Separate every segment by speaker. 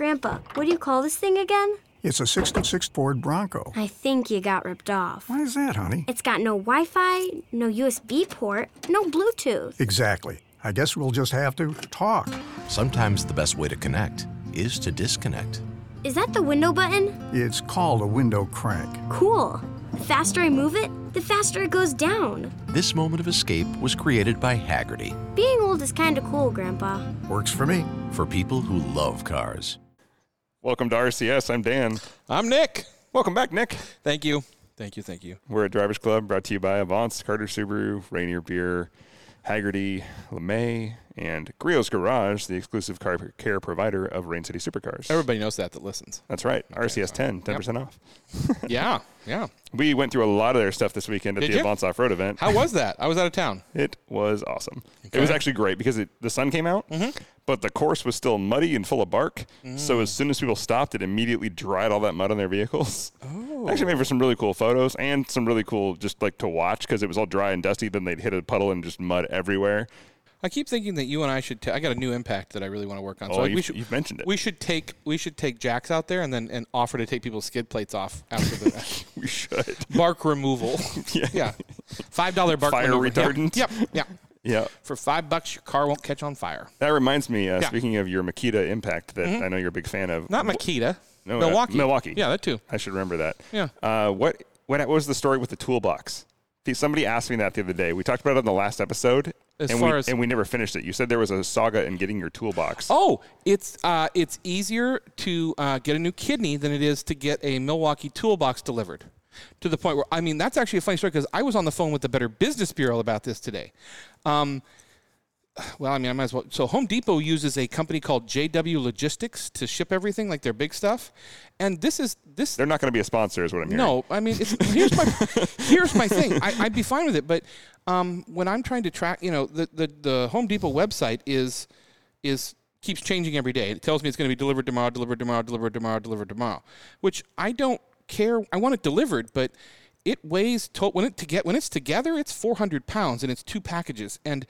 Speaker 1: Grandpa, what do you call this thing again?
Speaker 2: It's a 66 Ford Bronco.
Speaker 1: I think you got ripped off.
Speaker 2: Why is that, honey?
Speaker 1: It's got no Wi Fi, no USB port, no Bluetooth.
Speaker 2: Exactly. I guess we'll just have to talk.
Speaker 3: Sometimes the best way to connect is to disconnect.
Speaker 1: Is that the window button?
Speaker 2: It's called a window crank.
Speaker 1: Cool. The faster I move it, the faster it goes down.
Speaker 3: This moment of escape was created by Haggerty
Speaker 1: Being old is kind of cool, Grandpa.
Speaker 2: Works for me.
Speaker 3: for people who love cars.
Speaker 4: Welcome to RCS. I'm Dan.
Speaker 5: I'm Nick.
Speaker 4: Welcome back, Nick.
Speaker 5: Thank you. Thank you. Thank you.
Speaker 4: We're at Drivers Club, brought to you by Avance, Carter Subaru, Rainier Beer, Haggerty, LeMay, and Griot's Garage, the exclusive car care provider of Rain City Supercars.
Speaker 5: Everybody knows that that listens.
Speaker 4: That's right. RCS 10, 10% off.
Speaker 5: Yeah. Yeah.
Speaker 4: We went through a lot of their stuff this weekend at
Speaker 5: Did
Speaker 4: the
Speaker 5: you?
Speaker 4: Avance Off Road event.
Speaker 5: How was that? I was out of town.
Speaker 4: It was awesome. It was actually great because it, the sun came out,
Speaker 5: Mm-hmm.
Speaker 4: but the course was still muddy and full of bark. So
Speaker 5: Mm.
Speaker 4: as soon as people stopped, it immediately dried all that mud on their vehicles.
Speaker 5: Oh.
Speaker 4: Actually made for some really cool photos and some really cool just like to watch because it was all dry and dusty. Then they'd hit a puddle and just mud everywhere.
Speaker 5: I keep thinking that you and I should. ta- I got a new impact that I really want to work on.
Speaker 4: Oh,
Speaker 5: like, we
Speaker 4: you've-
Speaker 5: should,
Speaker 4: you've mentioned it.
Speaker 5: We should take we should take jacks out there and then and offer to take people's skid plates off after the
Speaker 4: We should.
Speaker 5: bark removal.
Speaker 4: Yeah.
Speaker 5: Five dollar bark
Speaker 4: Fire
Speaker 5: maneuver. Yep.
Speaker 4: retardant.
Speaker 5: Yep. Yeah.
Speaker 4: Yeah.
Speaker 5: For five bucks, your car won't catch on fire.
Speaker 4: That reminds me, uh,
Speaker 5: Yeah. Mm-hmm.
Speaker 4: speaking of your Makita impact that I know you're a big fan of.
Speaker 5: Not
Speaker 4: Wh-
Speaker 5: Makita.
Speaker 4: No, uh,
Speaker 5: Milwaukee.
Speaker 4: Milwaukee.
Speaker 5: Yeah, that too.
Speaker 4: I should remember that.
Speaker 5: Yeah.
Speaker 4: Uh, what, what what was the story with the toolbox? The- Somebody asked me that the other day. We talked about it on the last episode,
Speaker 5: As
Speaker 4: and
Speaker 5: far
Speaker 4: we
Speaker 5: as-
Speaker 4: and we never finished it. You said there was a saga in getting your toolbox.
Speaker 5: Oh, it's uh, it's easier to uh, get a new kidney than it is to get a Milwaukee toolbox delivered. To the point where I mean, that's actually a funny story because I was on the phone with the Better Business Bureau about this today. Um, well, I mean, I might as well. So Home Depot uses a company called JW Logistics to ship everything, like their big stuff, and this is this.
Speaker 4: They're not going to be a sponsor, is what I'm hearing.
Speaker 5: No, I mean, it's, here's my here's my thing. I, I'd be fine with it, but um, when I'm trying to track, you know, the, the the Home Depot website is is keeps changing every day. It tells me it's going to be delivered tomorrow, delivered tomorrow, delivered tomorrow, delivered tomorrow, which I don't care. I want it delivered, but it weighs to, when it to get when it's together, it's 400 pounds and it's two packages and.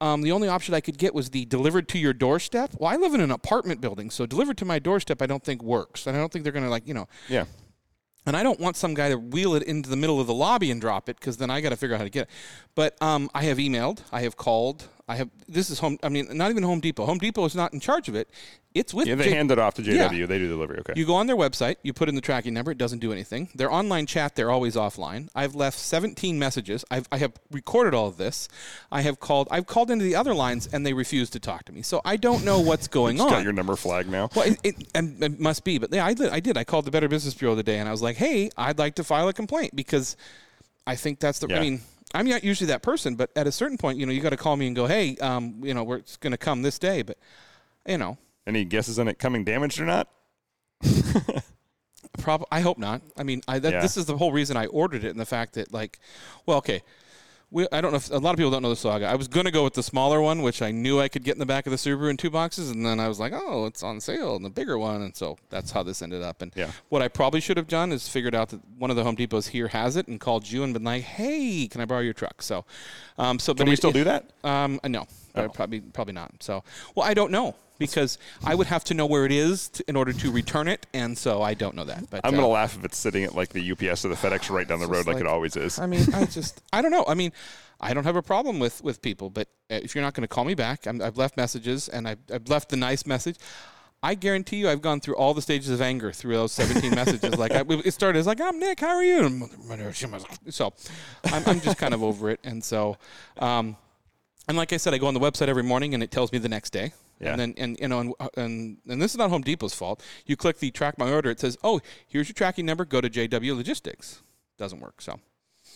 Speaker 5: Um, the only option I could get was the delivered to your doorstep. Well, I live in an apartment building, so delivered to my doorstep, I don't think works, and I don't think they're going to like you know.
Speaker 4: Yeah.
Speaker 5: And I don't want some guy to wheel it into the middle of the lobby and drop it because then I got to figure out how to get it. But um, I have emailed, I have called, I have. This is home. I mean, not even Home Depot. Home Depot is not in charge of it. It's with.
Speaker 4: Yeah, they
Speaker 5: J-
Speaker 4: hand it off to
Speaker 5: Yeah.
Speaker 4: JW. They do delivery. Okay.
Speaker 5: You go on their website, you put in the tracking number, it doesn't do anything. Their online chat, they're always offline. I've left 17 messages. I've, I have recorded all of this. I have called. I've called into the other lines, and they refuse to talk to me. So I don't know what's going
Speaker 4: It's
Speaker 5: on.
Speaker 4: got your number flag now.
Speaker 5: Well, it, it, and it must be, but yeah, I did, I did. I called the Better Business Bureau the day, and I was like, "Hey, I'd like to file a complaint because I think that's the.
Speaker 4: Yeah.
Speaker 5: I mean, I'm not usually that person, but at a certain point, you know, you got to call me and go, "Hey, um, you know, we're it's going to come this day," but you know,
Speaker 4: Any guesses on it coming damaged or not?
Speaker 5: prob- I hope not. I mean, I that,
Speaker 4: Yeah.
Speaker 5: this is the whole reason I ordered it, and the fact that like, well, okay. We, I don't know if a lot of people don't know the saga. I was going to go with the smaller one, which I knew I could get in the back of the Subaru in two boxes. And then I was like, oh, it's on sale and the bigger one. And so that's how this ended up. And
Speaker 4: Yeah.
Speaker 5: what I probably should have done is figured out that one of the Home Depots here has it and called you and been like, hey, can I borrow your truck? So, um, so
Speaker 4: Can we still do that?
Speaker 5: um, uh, no, Uh, probably probably not. So, well, I don't know because I would have to know where it is to, in order to return it, and so I don't know that. But
Speaker 4: I'm
Speaker 5: uh,
Speaker 4: going to laugh if it's sitting at like the UPS or the FedEx right down the road, like, it
Speaker 5: like-
Speaker 4: always is.
Speaker 5: I mean, I just I don't know. I mean, I don't have a problem with with people, but uh, if you're not going to call me back, I'm, I've left messages and I've, I've left the nice message. I guarantee you, I've gone through all the stages of anger through those 17 messages. Like I, it started as like, "I'm Nick, how are you?" And So, I'm, I'm just kind of over it, and so. Um, and like I said, I go on the website every morning, and it tells me the next day.
Speaker 4: Yeah.
Speaker 5: And then, and you know, and, and and this is not Home Depot's fault. You click the track my order. It says, "Oh, here's your tracking number. Go to JW Logistics." Doesn't work. So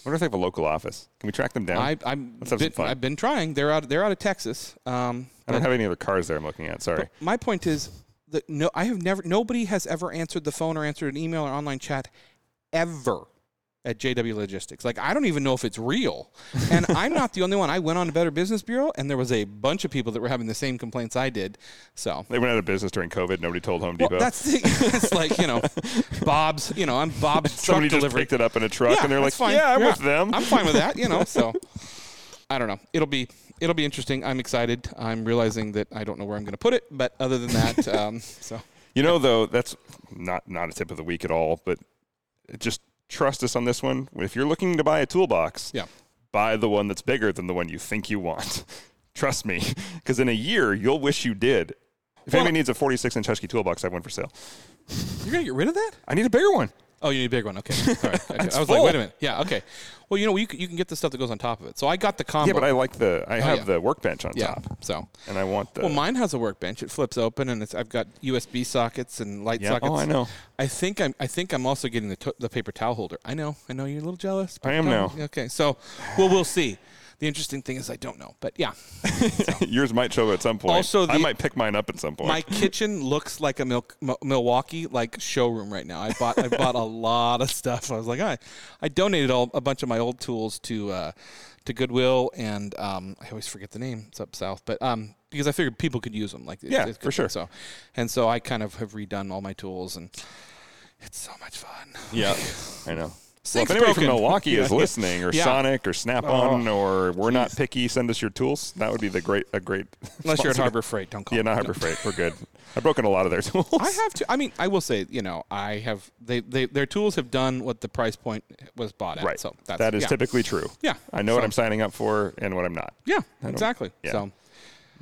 Speaker 4: wonder if they have a local office. Can we track them down?
Speaker 5: I, I'm
Speaker 4: Let's have some
Speaker 5: been,
Speaker 4: fun.
Speaker 5: I've been trying. They're out. They're out of Texas. Um,
Speaker 4: I don't have any other cars there I'm looking at. Sorry.
Speaker 5: my point is that no, I have never. Nobody has ever answered the phone or answered an email or online chat ever at JW Logistics. Like I don't even know if it's real. And I'm not the only one. I went on to Better Business Bureau, and there was a bunch of people that were having the same complaints I did. So.
Speaker 4: They went out of business during COVID. Nobody told Home
Speaker 5: Well,
Speaker 4: Depot.
Speaker 5: that's the, it's like you know, Bob's. You know, I'm Bob's truck
Speaker 4: Somebody just
Speaker 5: delivery.
Speaker 4: picked it up in a truck, and they're like,
Speaker 5: that's fine.
Speaker 4: "Yeah, I'm with them."
Speaker 5: I'm fine with that, you know. So I don't know. It'll be it'll be interesting. I'm excited. I'm realizing that I don't know where I'm going to put it, but other than that, um, so
Speaker 4: You know, though, that's not not a tip of the week at all, but just trust us on this one. If you're looking to buy a toolbox,
Speaker 5: Yeah.
Speaker 4: buy the one that's bigger than the one you think you want. Trust me, because in a year you'll wish you did. If
Speaker 5: Well-
Speaker 4: anybody needs a 46 inch Husky toolbox, I have one for sale.
Speaker 5: You're gonna get rid of that?
Speaker 4: I need a bigger one.
Speaker 5: Oh, you need a big one. Okay, all right. I, I was like,
Speaker 4: full.
Speaker 5: wait a minute. Yeah, okay. Well, you know, you can, you can get the stuff that goes on top of it. So I got the combo.
Speaker 4: Yeah, but I like the. I have
Speaker 5: Oh, yeah.
Speaker 4: the workbench on
Speaker 5: yeah.
Speaker 4: top,
Speaker 5: So
Speaker 4: and I want the.
Speaker 5: well, mine has a workbench. It flips open, and it's, I've got USB sockets and light
Speaker 4: Yeah.
Speaker 5: sockets.
Speaker 4: Oh, I know.
Speaker 5: I think I'm. I think I'm also getting the, to- the paper towel holder. I know. I know you're a little jealous. but
Speaker 4: I am
Speaker 5: don't-
Speaker 4: now.
Speaker 5: Okay. So, well, we'll see. The interesting thing is I don't know, but yeah,
Speaker 4: yours might show at some point.
Speaker 5: Also,
Speaker 4: I
Speaker 5: the-
Speaker 4: might pick mine up at some point.
Speaker 5: my kitchen looks like a Mil- M- Milwaukee like showroom right now. I bought I bought a lot of stuff. I was like, I I donated all, a bunch of my old tools to uh, to Goodwill and um, I always forget the name. It's up south, but um, because I figured people could use them. Like it-
Speaker 4: Yeah,
Speaker 5: it's
Speaker 4: for sure.
Speaker 5: So, and so I kind of have redone all my tools and. It's so much fun.
Speaker 4: Yeah, I know. Well,
Speaker 5: Sink's
Speaker 4: if anybody
Speaker 5: broken.
Speaker 4: from Milwaukee is
Speaker 5: Yeah.
Speaker 4: listening, or
Speaker 5: Yeah. Oh,
Speaker 4: Sonic, or Snap On, or we're not picky, send us your tools. That would be the great a great.
Speaker 5: Unless you're at
Speaker 4: sponsor.
Speaker 5: Harbor Freight, don't call.
Speaker 4: Yeah, not Harbor Freight. We're good. I've broken a lot of their tools.
Speaker 5: I have to. I mean, I will say, you know, I have. They, they their tools have done what the price point was bought at.
Speaker 4: right.
Speaker 5: So that's,
Speaker 4: that's, that is
Speaker 5: yeah.
Speaker 4: typically true.
Speaker 5: Yeah.
Speaker 4: I know what
Speaker 5: So-
Speaker 4: I'm signing up for and what I'm not.
Speaker 5: Yeah,
Speaker 4: don't-
Speaker 5: exactly.
Speaker 4: yeah.
Speaker 5: So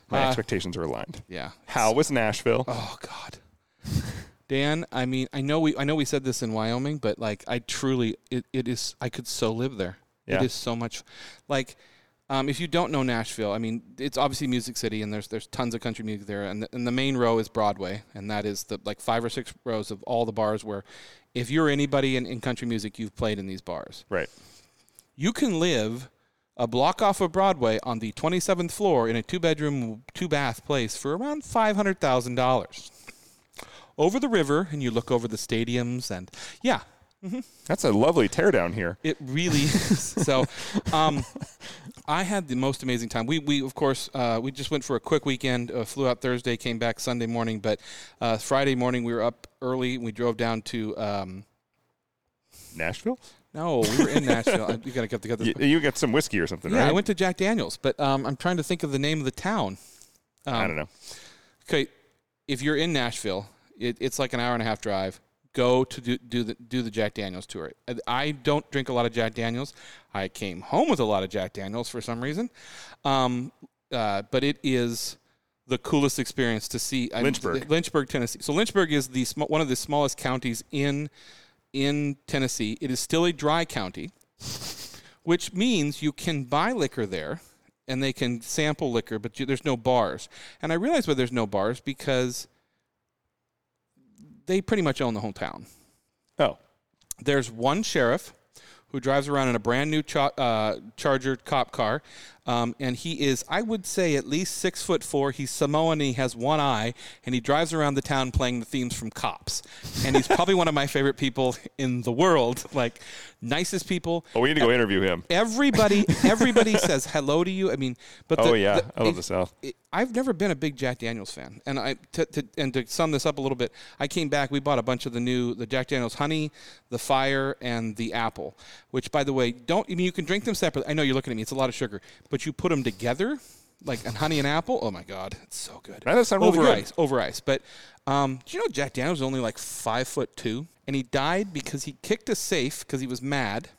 Speaker 4: My
Speaker 5: Uh,
Speaker 4: expectations are aligned.
Speaker 5: yeah.
Speaker 4: How was Nashville?
Speaker 5: Oh God, Dan. I mean, I know we I know we said this in Wyoming, but like, I truly it, it is. I could so live there.
Speaker 4: Yeah.
Speaker 5: It is so much. Like, um, if you don't know Nashville, I mean, it's obviously music city, and there's there's tons of country music there, and the, and the main row is Broadway, and that is the like five or six rows of all the bars where, if you're anybody in, in country music, you've played in these bars.
Speaker 4: Right.
Speaker 5: you can live a block off of Broadway on the 27th floor in a two bedroom, two bath place for around $500,000. Over the river, and you look over the stadiums, and yeah,
Speaker 4: That's a lovely teardown here.
Speaker 5: it really is. So, um, I had the most amazing time. We, we of course, uh, we just went for a quick weekend. Uh, flew out Thursday, came back Sunday morning, but uh, Friday morning we were up early. We drove down to. Um,
Speaker 4: Nashville?
Speaker 5: no, we were in Nashville. I- You gotta get together.
Speaker 4: You, you got some whiskey or something,
Speaker 5: Yeah,
Speaker 4: right?
Speaker 5: I went to Jack Daniels, but um, I'm trying to think of the name of the town. Um,
Speaker 4: I don't know.
Speaker 5: Okay, if you're in Nashville, it, it's like an hour and a half drive. Go to do, do the do the Jack Daniels tour. I- I don't drink a lot of Jack Daniels. I came home with a lot of Jack Daniels for some reason, um, uh, but it is the coolest experience to see I-
Speaker 4: Lynchburg.
Speaker 5: Lynchburg, Tennessee. So Lynchburg is the sm- one of the smallest counties in in Tennessee. It is still a dry county, which means you can buy liquor there and they can sample liquor, but you, there's no bars. And I realize why there's no bars because they pretty much own the whole town.
Speaker 4: Oh,
Speaker 5: There's one sheriff who drives around in a brand new cha- uh, Charger cop car, um, and he is, I would say, at least six foot four. He's Samoan. He has one eye, and he drives around the town playing the themes from Cops. And he's probably one of my favorite people in the world. Like nicest people.
Speaker 4: oh, we need to go interview him.
Speaker 5: Everybody, everybody says hello to you. I mean, but the,
Speaker 4: Oh, yeah. I love
Speaker 5: it-
Speaker 4: the South.
Speaker 5: it- I've never been a big Jack Daniels fan, and I to, to, and to sum this up a little bit, I came back. We bought a bunch of the new the Jack Daniels honey, the fire, and the apple. Which, by the way, don't I mean you can drink them separately. I know you're looking at me; it's a lot of sugar, but you put them together, like an honey and apple. Oh my god, it's so good.
Speaker 4: That does sound really
Speaker 5: over
Speaker 4: good.
Speaker 5: ice, over ice. But um, do you know Jack Daniels was only like five foot two, and he died because he kicked a safe because he was mad.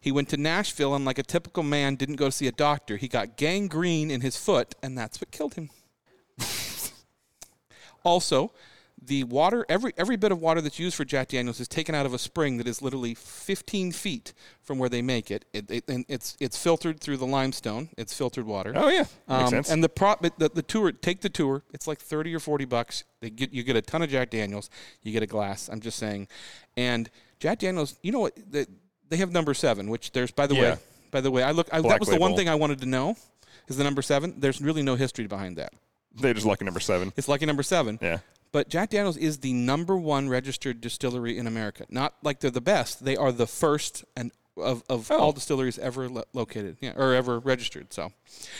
Speaker 5: He went to Nashville and, like a typical man, didn't go to see a doctor. He got gangrene in his foot, and that's what killed him. also, the water every every bit of water that's used for Jack Daniels is taken out of a spring that is literally 15 feet from where they make it. It, it and it's it's filtered through the limestone. It's filtered water.
Speaker 4: Oh, yeah. Makes
Speaker 5: Um,
Speaker 4: sense.
Speaker 5: And the prop, but the, the tour, take the tour. It's like thirty or forty bucks. They get you get a ton of Jack Daniels. You get a glass. I'm just saying. And Jack Daniels, you know what? They, they have number seven, which there's by the
Speaker 4: Yeah.
Speaker 5: way, by the way, I look. I, that
Speaker 4: Black
Speaker 5: was the one
Speaker 4: label.
Speaker 5: thing I wanted to know, is the number seven. There's really no history behind that.
Speaker 4: They're just lucky number seven.
Speaker 5: It's lucky number seven.
Speaker 4: Yeah.
Speaker 5: But Jack Daniels is the number one registered distillery in America. Not like they're the best; they are the first and of, of
Speaker 4: Oh.
Speaker 5: all distilleries ever lo- located, yeah, or ever registered. So,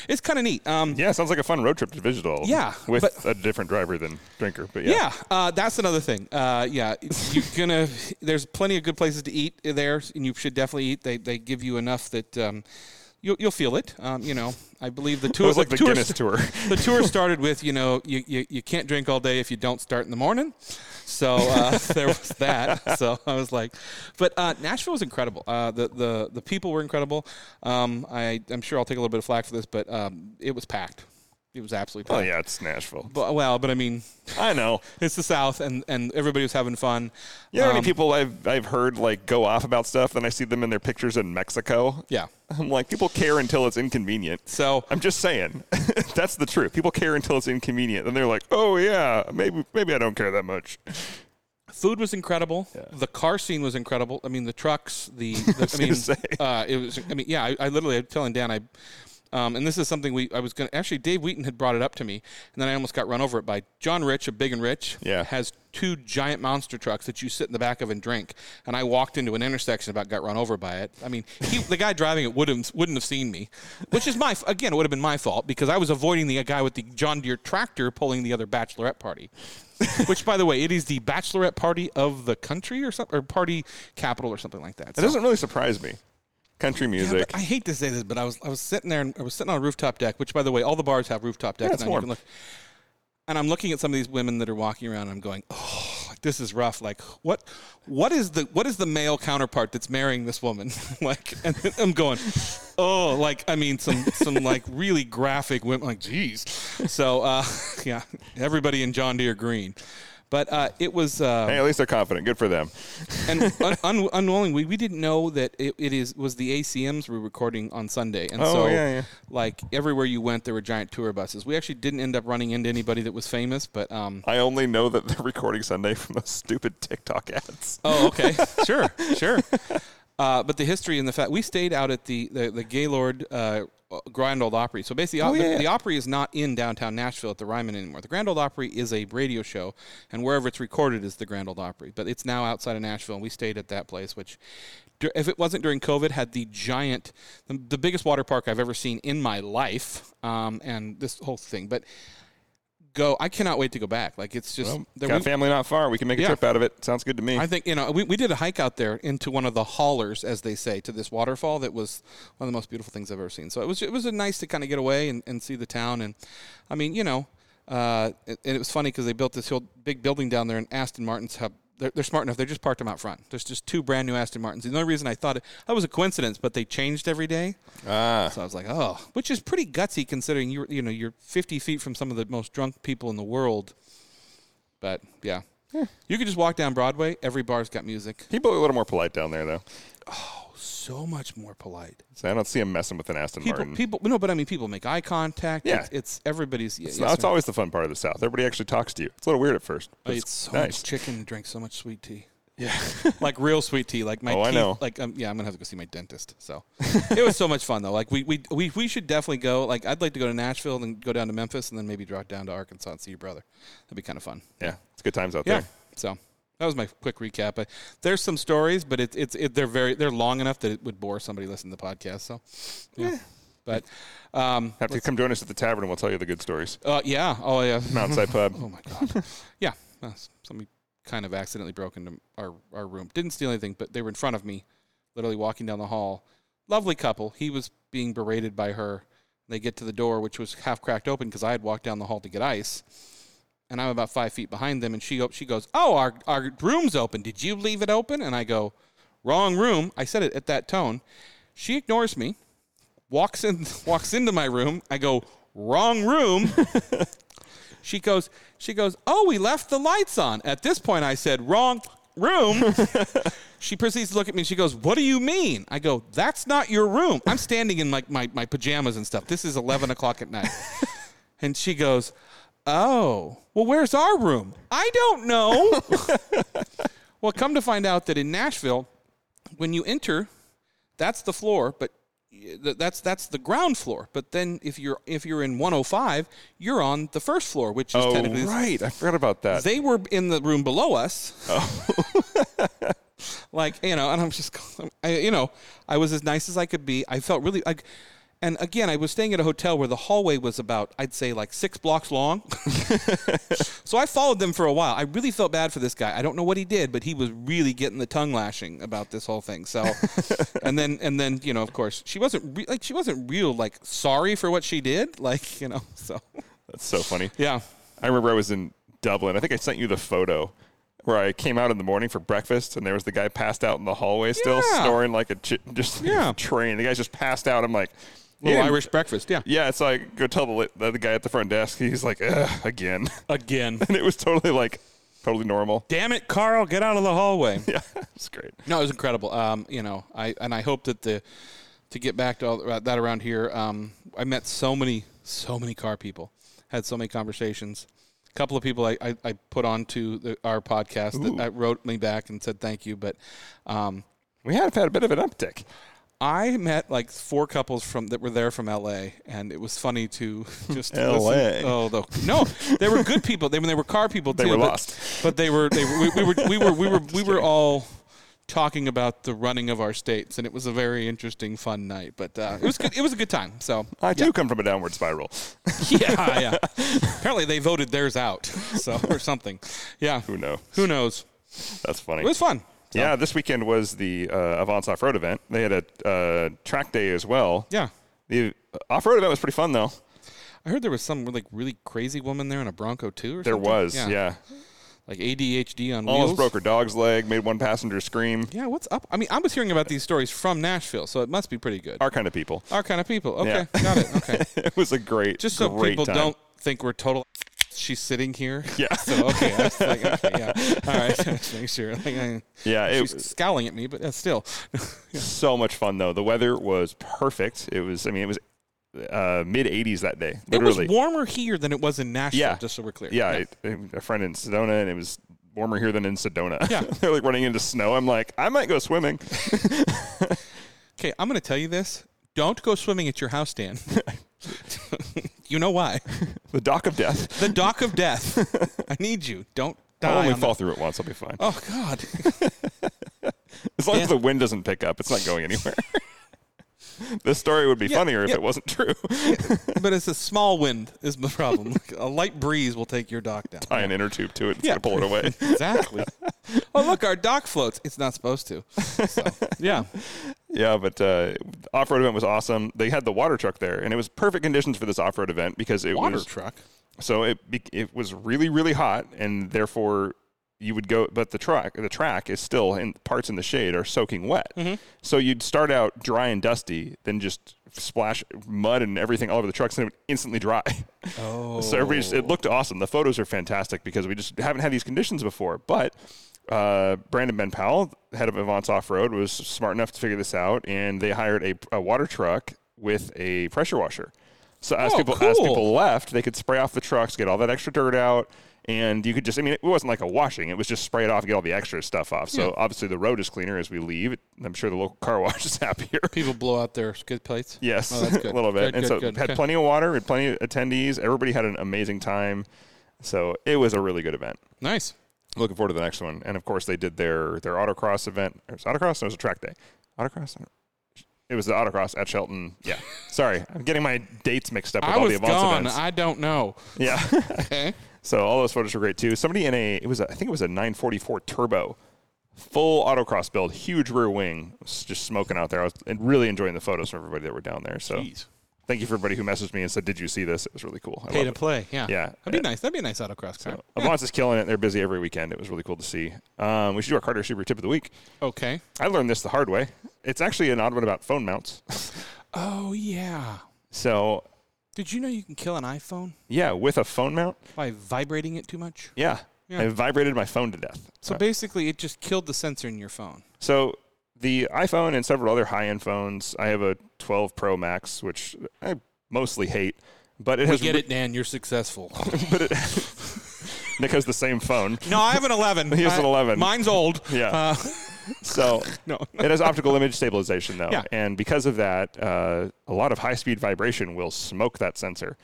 Speaker 5: it's kind of neat. Um,
Speaker 4: Yeah, sounds like a fun road trip to visit all. of them.
Speaker 5: Yeah,
Speaker 4: with
Speaker 5: but-
Speaker 4: a different driver than drinker, but yeah.
Speaker 5: Yeah, uh, that's another thing. Uh, yeah, you're gonna. There's plenty of good places to eat there, and you should definitely eat. They they give you enough that um, you'll, you'll feel it. Um, you know, I believe the tour
Speaker 4: was like the
Speaker 5: tour
Speaker 4: Guinness tour.
Speaker 5: the tour started with you know you, you, you can't drink all day if you don't start in the morning. So uh, there was that. So I was like, but uh, Nashville was incredible. Uh, the the the people were incredible. Um, I I'm sure I'll take a little bit of flack for this, but um, it was packed. It was absolutely
Speaker 4: Oh
Speaker 5: packed.
Speaker 4: yeah, it's Nashville.
Speaker 5: But, well, but I mean,
Speaker 4: I know.
Speaker 5: it's the South, and, and everybody was having fun.
Speaker 4: You know how
Speaker 5: Um,
Speaker 4: many people I've I've heard like go off about stuff, then I see them in their pictures in Mexico.
Speaker 5: Yeah.
Speaker 4: I'm like, people care until it's inconvenient.
Speaker 5: So
Speaker 4: I'm just saying, that's the truth. People care until it's inconvenient, then they're like, oh yeah, maybe maybe I don't care that much.
Speaker 5: food was incredible. The car scene was incredible. I mean, the trucks, the, the I, mean,
Speaker 4: say.
Speaker 5: uh, it was. I mean, yeah, I, I literally, I'm telling Dan, I, um, and this is something we, I was gonna actually, Dave Wheaton had brought it up to me, and then I almost got run over it by John Rich of Big and Rich.
Speaker 4: Yeah.
Speaker 5: has two giant monster trucks that you sit in the back of and drink. And I walked into an intersection about got run over by it. I mean, he, the guy driving it wouldn't wouldn't have seen me, which is my f- again, it would have been my fault because I was avoiding the guy with the John Deere tractor pulling the other bachelorette party. which, by the way, it is the bachelorette party of the country or something, or party capital or something like that.
Speaker 4: It
Speaker 5: So-
Speaker 4: doesn't really surprise me. Country
Speaker 5: yeah,
Speaker 4: music.
Speaker 5: but I hate to say this, but I was I was sitting there and I was sitting on a rooftop deck, which by the way, all the bars have rooftop decks
Speaker 4: Yeah, it's
Speaker 5: now. You
Speaker 4: warm.
Speaker 5: can look. And I'm looking at some of these women that are walking around. And I'm going, oh, this is rough. Like, what, what is the what is the male counterpart that's marrying this woman? like, and then I'm going, oh, like I mean, some some like really graphic women. Like, geez. So, uh, yeah, everybody in John Deere green, but uh, it was. Uh,
Speaker 4: hey, at least they're confident. Good for them.
Speaker 5: and un- un- unknowingly, we didn't know that it, it is was the ACMs we were recording on Sunday, and
Speaker 4: Oh,
Speaker 5: so
Speaker 4: yeah, yeah.
Speaker 5: like everywhere you went, there were giant tour buses. We actually didn't end up running into anybody that was famous, but um.
Speaker 4: I only know that they're recording Sunday from those stupid TikTok ads.
Speaker 5: Oh, okay, sure, sure. Uh, but the history and the fact we stayed out at the the, the Gaylord uh, Grand Old Opry. So basically, uh, the- the, Opry is not in downtown Nashville at the Ryman anymore. The Grand Old Opry is a radio show, and wherever it's recorded is the Grand Old Opry. But it's now outside of Nashville, and we stayed at that place, which. dur- If it wasn't during COVID, had the giant, the, the biggest water park I've ever seen in my life, um, and this whole thing. But go, I cannot wait to go back. Like it's just there-
Speaker 4: Got
Speaker 5: we-
Speaker 4: family not far. We can make a
Speaker 5: Yeah.
Speaker 4: trip out of it. Sounds good to me.
Speaker 5: I think you know we, we did a hike out there into one of the haulers, as they say, to this waterfall that was one of the most beautiful things I've ever seen. So it was it was a nice to kind of get away and, and see the town, and I mean you know, uh, and and it was funny because they built this whole big building down there in Aston Martin's hub. They're, they're smart enough. They just parked them out front. There's just two brand new Aston Martins. The only reason I thought it that was a coincidence, but they changed every day. Ah. So I was like, oh, which is pretty gutsy considering you are you know you're 50 feet from some of the most drunk people in the world. But yeah. You could just walk down Broadway. Every bar's got music.
Speaker 4: People are a little more polite down there, though.
Speaker 5: So much more polite.
Speaker 4: So I don't see them messing with an Aston
Speaker 5: People,
Speaker 4: Martin.
Speaker 5: people, no, but I mean, people make eye contact.
Speaker 4: Yeah.
Speaker 5: It's, it's everybody's.
Speaker 4: it's, not- it's always the fun part of the South. Everybody actually talks to you. It's a little weird at first.
Speaker 5: I
Speaker 4: but
Speaker 5: eat
Speaker 4: it's
Speaker 5: so
Speaker 4: nice.
Speaker 5: much chicken and drink so much sweet tea. Yeah. like real sweet tea. Like my
Speaker 4: Oh, I
Speaker 5: teeth,
Speaker 4: know.
Speaker 5: like um, yeah, I'm gonna have to go see my dentist. So it was so much fun though. Like we, we we we should definitely go. Like I'd like to go to Nashville and go down to Memphis and then maybe drop down to Arkansas and see your brother. That'd be kind of fun.
Speaker 4: yeah, it's good times out
Speaker 5: Yeah.
Speaker 4: there.
Speaker 5: So that was my quick recap. I, there's some stories, but it's it's it, they're very they're long enough that it would bore somebody listening to the podcast. So yeah, but um,
Speaker 4: Have to come join us at the tavern and we'll tell you the good stories.
Speaker 5: uh, yeah, oh yeah,
Speaker 4: Mountainside Pub.
Speaker 5: oh my god, yeah. Uh, s- somebody kind of accidentally broke into our our room. Didn't steal anything, but they were in front of me, literally walking down the hall. Lovely couple. He was being berated by her. They get to the door, which was half cracked open because I had walked down the hall to get ice. and I'm about five feet behind them. And she op- she goes, "Oh, our our room's open. Did you leave it open?" And I go, "Wrong room." I said it at that tone. She ignores me, walks in walks into my room. I go, "Wrong room." she goes she goes, "Oh, we left the lights on." At this point, I said, "Wrong." Room. she proceeds to look at me and she goes, What do you mean? I go, That's not your room. I'm standing in like my, my pajamas and stuff. This is 11 o'clock at night. And she goes, Oh, well, where's our room? I don't know. well, come to find out that in Nashville, when you enter, that's the floor, but y- th- that's that's the ground floor. But then if you're if you're in 105, you're on the first floor, which is
Speaker 4: Oh,
Speaker 5: technically
Speaker 4: right. I forgot about that.
Speaker 5: they were in the room below us. Oh. like you know, and I'm just, I, you know, I was as nice as I could be. I felt really like, And again, I was staying at a hotel where the hallway was about, I'd say, like six blocks long. so I followed them for a while. I really felt bad for this guy. I don't know what he did, but he was really getting the tongue lashing about this whole thing. So, and then, and then, you know, of course, she wasn't re- like she wasn't real like sorry for what she did, like you know. So,
Speaker 4: That's so funny.
Speaker 5: yeah,
Speaker 4: I remember I was in Dublin. I think I sent you the photo where I came out in the morning for breakfast, and there was the guy passed out in the hallway, still
Speaker 5: Yeah.
Speaker 4: snoring like a ch- just like a
Speaker 5: Yeah.
Speaker 4: train. The guy's just passed out. I'm like,
Speaker 5: little
Speaker 4: "Yeah."
Speaker 5: Irish breakfast. Yeah,
Speaker 4: Yeah, it's like go tell the, li- the guy at the front desk. He's like, Ugh, again,
Speaker 5: again.
Speaker 4: and it was totally like totally normal.
Speaker 5: Damn it, Carl! Get out of the hallway.
Speaker 4: Yeah, it's great.
Speaker 5: No, it was incredible. Um, you know, I and I hope that the to get back to all that around here. Um, I met so many, so many car people, had so many conversations. A couple of people I, I, I put on to the, our podcast that, that wrote me back and said thank you. But um,
Speaker 4: We have had a bit of an uptick.
Speaker 5: I met like four couples from that were there from LA, and it was funny to just to listen-
Speaker 4: LA.
Speaker 5: Oh, the, no, they were good people. They when they were car people too.
Speaker 4: were
Speaker 5: but,
Speaker 4: lost.
Speaker 5: but they were they were, we, we were we were we were we were all talking about the running of our states, and it was a very interesting, fun night. But uh, it was good. It was a good time. So
Speaker 4: I do come from a downward spiral.
Speaker 5: yeah, yeah. Apparently they voted theirs out, so or something. Yeah,
Speaker 4: Who knows?
Speaker 5: who knows?
Speaker 4: That's funny.
Speaker 5: It was fun.
Speaker 4: Yeah, this weekend was the uh, Avance Off Road event. They had a uh, track day as well.
Speaker 5: Yeah.
Speaker 4: The off road event was pretty fun though.
Speaker 5: I heard there was some like really crazy woman there in a Bronco too. Or
Speaker 4: There
Speaker 5: something.
Speaker 4: was, yeah.
Speaker 5: like ADHD on
Speaker 4: Almost
Speaker 5: wheels.
Speaker 4: broke her dog's leg, made one passenger scream.
Speaker 5: Yeah, what's up? I mean, I was hearing about these stories from Nashville, so it must be pretty good. Our,
Speaker 4: Our kind of people.
Speaker 5: kind of people. Okay,
Speaker 4: Yeah.
Speaker 5: got it. Okay.
Speaker 4: It was a great,
Speaker 5: Just so
Speaker 4: great
Speaker 5: people
Speaker 4: time.
Speaker 5: don't think we're total. She's sitting here.
Speaker 4: Yeah.
Speaker 5: So okay, I was like, okay, yeah. All right, just make sure. Like, I,
Speaker 4: Yeah, it-
Speaker 5: she's scowling at me, but uh, still.
Speaker 4: So much fun though. The weather was perfect. It was. I mean, it was uh, mid 80s that day. Literally.
Speaker 5: It was warmer here than it was in Nashville.
Speaker 4: Yeah.
Speaker 5: Just so we're clear.
Speaker 4: Yeah, I- I- a friend in Sedona, and it was warmer here than in Sedona.
Speaker 5: Yeah.
Speaker 4: they're like running into snow. I'm like, I might go swimming.
Speaker 5: Okay, I'm going to tell you this. Don't go swimming at your house, Dan. you know why?
Speaker 4: the dock of death.
Speaker 5: The dock of death. I need you. Don't die.
Speaker 4: I'll only
Speaker 5: on the-
Speaker 4: fall through it once. I'll be fine.
Speaker 5: Oh God.
Speaker 4: as long as the wind doesn't pick up, it's not going anywhere. this story would be funnier if
Speaker 5: yeah.
Speaker 4: it wasn't true.
Speaker 5: but it's a small wind is the problem. Like, a light breeze will take your dock down.
Speaker 4: Tie an inner tube to it. It's
Speaker 5: Yeah.
Speaker 4: gonna pull it away.
Speaker 5: Exactly. oh, look, our dock floats. It's not supposed to. So, yeah.
Speaker 4: Yeah, but uh, off road event was awesome. They had the water truck there, and it was perfect conditions for this off road event because it
Speaker 5: Water
Speaker 4: was
Speaker 5: truck.
Speaker 4: so it be- it was really really hot, and therefore you would go. But the truck the track is still in parts in the shade are soaking wet. So you'd start out dry and dusty, then just splash mud and everything all over the trucks, and it would instantly dry. Oh, so everybody just, it looked awesome. The photos are fantastic because we just haven't had these conditions before, but uh, Brandon Ben Powell, head of Avance Off Road, was smart enough to figure this out, and they hired a, a water truck with a pressure washer. So as
Speaker 5: Oh,
Speaker 4: people as
Speaker 5: cool.
Speaker 4: people left, they could spray off the trucks, get all that extra dirt out, and you could just I mean it wasn't like a washing; it was just spray it off, get all the extra stuff off. So obviously the road is cleaner as we leave. I'm sure the local car wash is happier.
Speaker 5: People blow out their skid plates.
Speaker 4: Yes,
Speaker 5: Oh, that's good.
Speaker 4: a little bit.
Speaker 5: Good,
Speaker 4: and
Speaker 5: good,
Speaker 4: so
Speaker 5: good.
Speaker 4: had
Speaker 5: Okay.
Speaker 4: plenty of water, had plenty of attendees. Everybody had an amazing time. So it was a really good event.
Speaker 5: Nice.
Speaker 4: Looking forward to the next one. And of course, they did their their autocross event. It was autocross. No, it was a track day. Autocross. I don't- It was the autocross at Shelton. Yeah. Sorry, I'm getting my dates mixed up with
Speaker 5: I
Speaker 4: all the
Speaker 5: was
Speaker 4: Avance
Speaker 5: gone.
Speaker 4: events.
Speaker 5: I don't know.
Speaker 4: yeah.
Speaker 5: Okay.
Speaker 4: so all those photos were great too. Somebody in a it was a, I think it was a 944 turbo, full autocross build, huge rear wing, was just smoking out there. I was really enjoying the photos from everybody that were down there. So thank you for everybody who messaged me and said, "Did you see this?" It was really cool. I
Speaker 5: Pay
Speaker 4: love
Speaker 5: to
Speaker 4: it.
Speaker 5: play. Yeah.
Speaker 4: Yeah.
Speaker 5: That'd be nice. That'd be a nice autocross car.
Speaker 4: Avance is killing it. They're busy every weekend. It was really cool to see. Um, we should do our Carter Super Tip of the Week.
Speaker 5: Okay.
Speaker 4: I learned this the hard way. It's actually an odd one about phone mounts.
Speaker 5: Oh yeah.
Speaker 4: so,
Speaker 5: Did you know you can kill an iPhone
Speaker 4: yeah, with a phone mount,
Speaker 5: by vibrating it too much?
Speaker 4: yeah,
Speaker 5: Yeah.
Speaker 4: I vibrated my phone to death. Uh,
Speaker 5: So basically, it just killed the sensor in your phone.
Speaker 4: So the iPhone and several other high-end phones. I have a 12 Pro Max, which I mostly hate, but it
Speaker 5: We
Speaker 4: has
Speaker 5: get
Speaker 4: re-
Speaker 5: it, Dan. You're successful.
Speaker 4: But it, Nick has the same phone,
Speaker 5: no, I have an 11.
Speaker 4: He has an
Speaker 5: I-
Speaker 4: 11.
Speaker 5: Mine's old.
Speaker 4: Yeah.
Speaker 5: Uh,
Speaker 4: so
Speaker 5: No.
Speaker 4: it has optical image stabilization though,
Speaker 5: Yeah.
Speaker 4: and because of that, uh, a lot of high-speed vibration will smoke that sensor,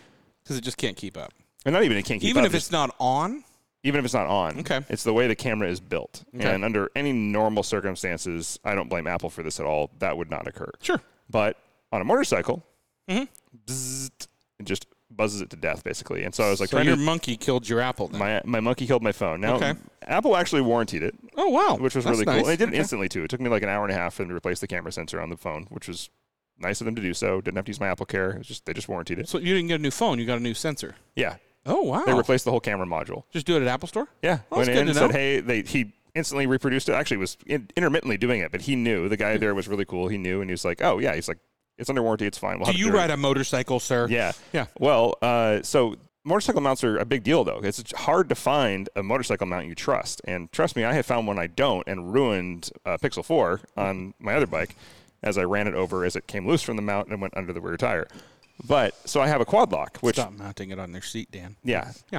Speaker 5: because it just can't keep up.
Speaker 4: and not even it can't keep
Speaker 5: Even
Speaker 4: up,
Speaker 5: if
Speaker 4: just-
Speaker 5: it's not on.
Speaker 4: even if it's not on.
Speaker 5: Okay.
Speaker 4: It's the way the camera is built.
Speaker 5: Okay.
Speaker 4: And under any normal circumstances, I don't blame Apple for this at all. That would not occur.
Speaker 5: Sure.
Speaker 4: But on a motorcycle,
Speaker 5: Mm-hmm.
Speaker 4: Bzzzt, and just buzzes it to death basically. And so I was like
Speaker 5: so
Speaker 4: trying
Speaker 5: your
Speaker 4: to
Speaker 5: monkey killed your apple. Then.
Speaker 4: my my monkey killed my phone. Now
Speaker 5: Okay.
Speaker 4: Apple actually warrantied it,
Speaker 5: oh wow,
Speaker 4: which was
Speaker 5: That's
Speaker 4: really
Speaker 5: nice.
Speaker 4: cool. And they did it
Speaker 5: Okay.
Speaker 4: instantly too. It took me like an hour and a half for them to replace the camera sensor on the phone, which was nice of them to do so. Didn't have to use my Apple Care. It was just they just warrantied it.
Speaker 5: So you didn't get a new phone. You got a new sensor.
Speaker 4: Yeah.
Speaker 5: Oh wow.
Speaker 4: They replaced the whole camera module.
Speaker 5: Just do it at Apple Store.
Speaker 4: Yeah,
Speaker 5: Well, that's
Speaker 4: went
Speaker 5: good
Speaker 4: in
Speaker 5: to
Speaker 4: and said,
Speaker 5: know.
Speaker 4: "Hey," they he instantly reproduced it. Actually, was in, intermittently doing it, but he knew the
Speaker 5: Hmm.
Speaker 4: guy there was really cool. He knew, and he was like, "Oh yeah," he's like, "It's under warranty. It's fine." We'll
Speaker 5: Do
Speaker 4: have
Speaker 5: you
Speaker 4: it dirty."
Speaker 5: ride a motorcycle, sir?
Speaker 4: Yeah,
Speaker 5: Yeah.
Speaker 4: Well, uh, so motorcycle mounts are a big deal though. It's hard to find a motorcycle mount you trust, and trust me, I have found one I don't, and ruined uh, Pixel Four on my other bike as I ran it over as it came loose from the mount and went under the rear tire. But so I have a quad lock, which
Speaker 5: Stop mounting it on their seat, Dan.
Speaker 4: yeah,
Speaker 5: Yeah.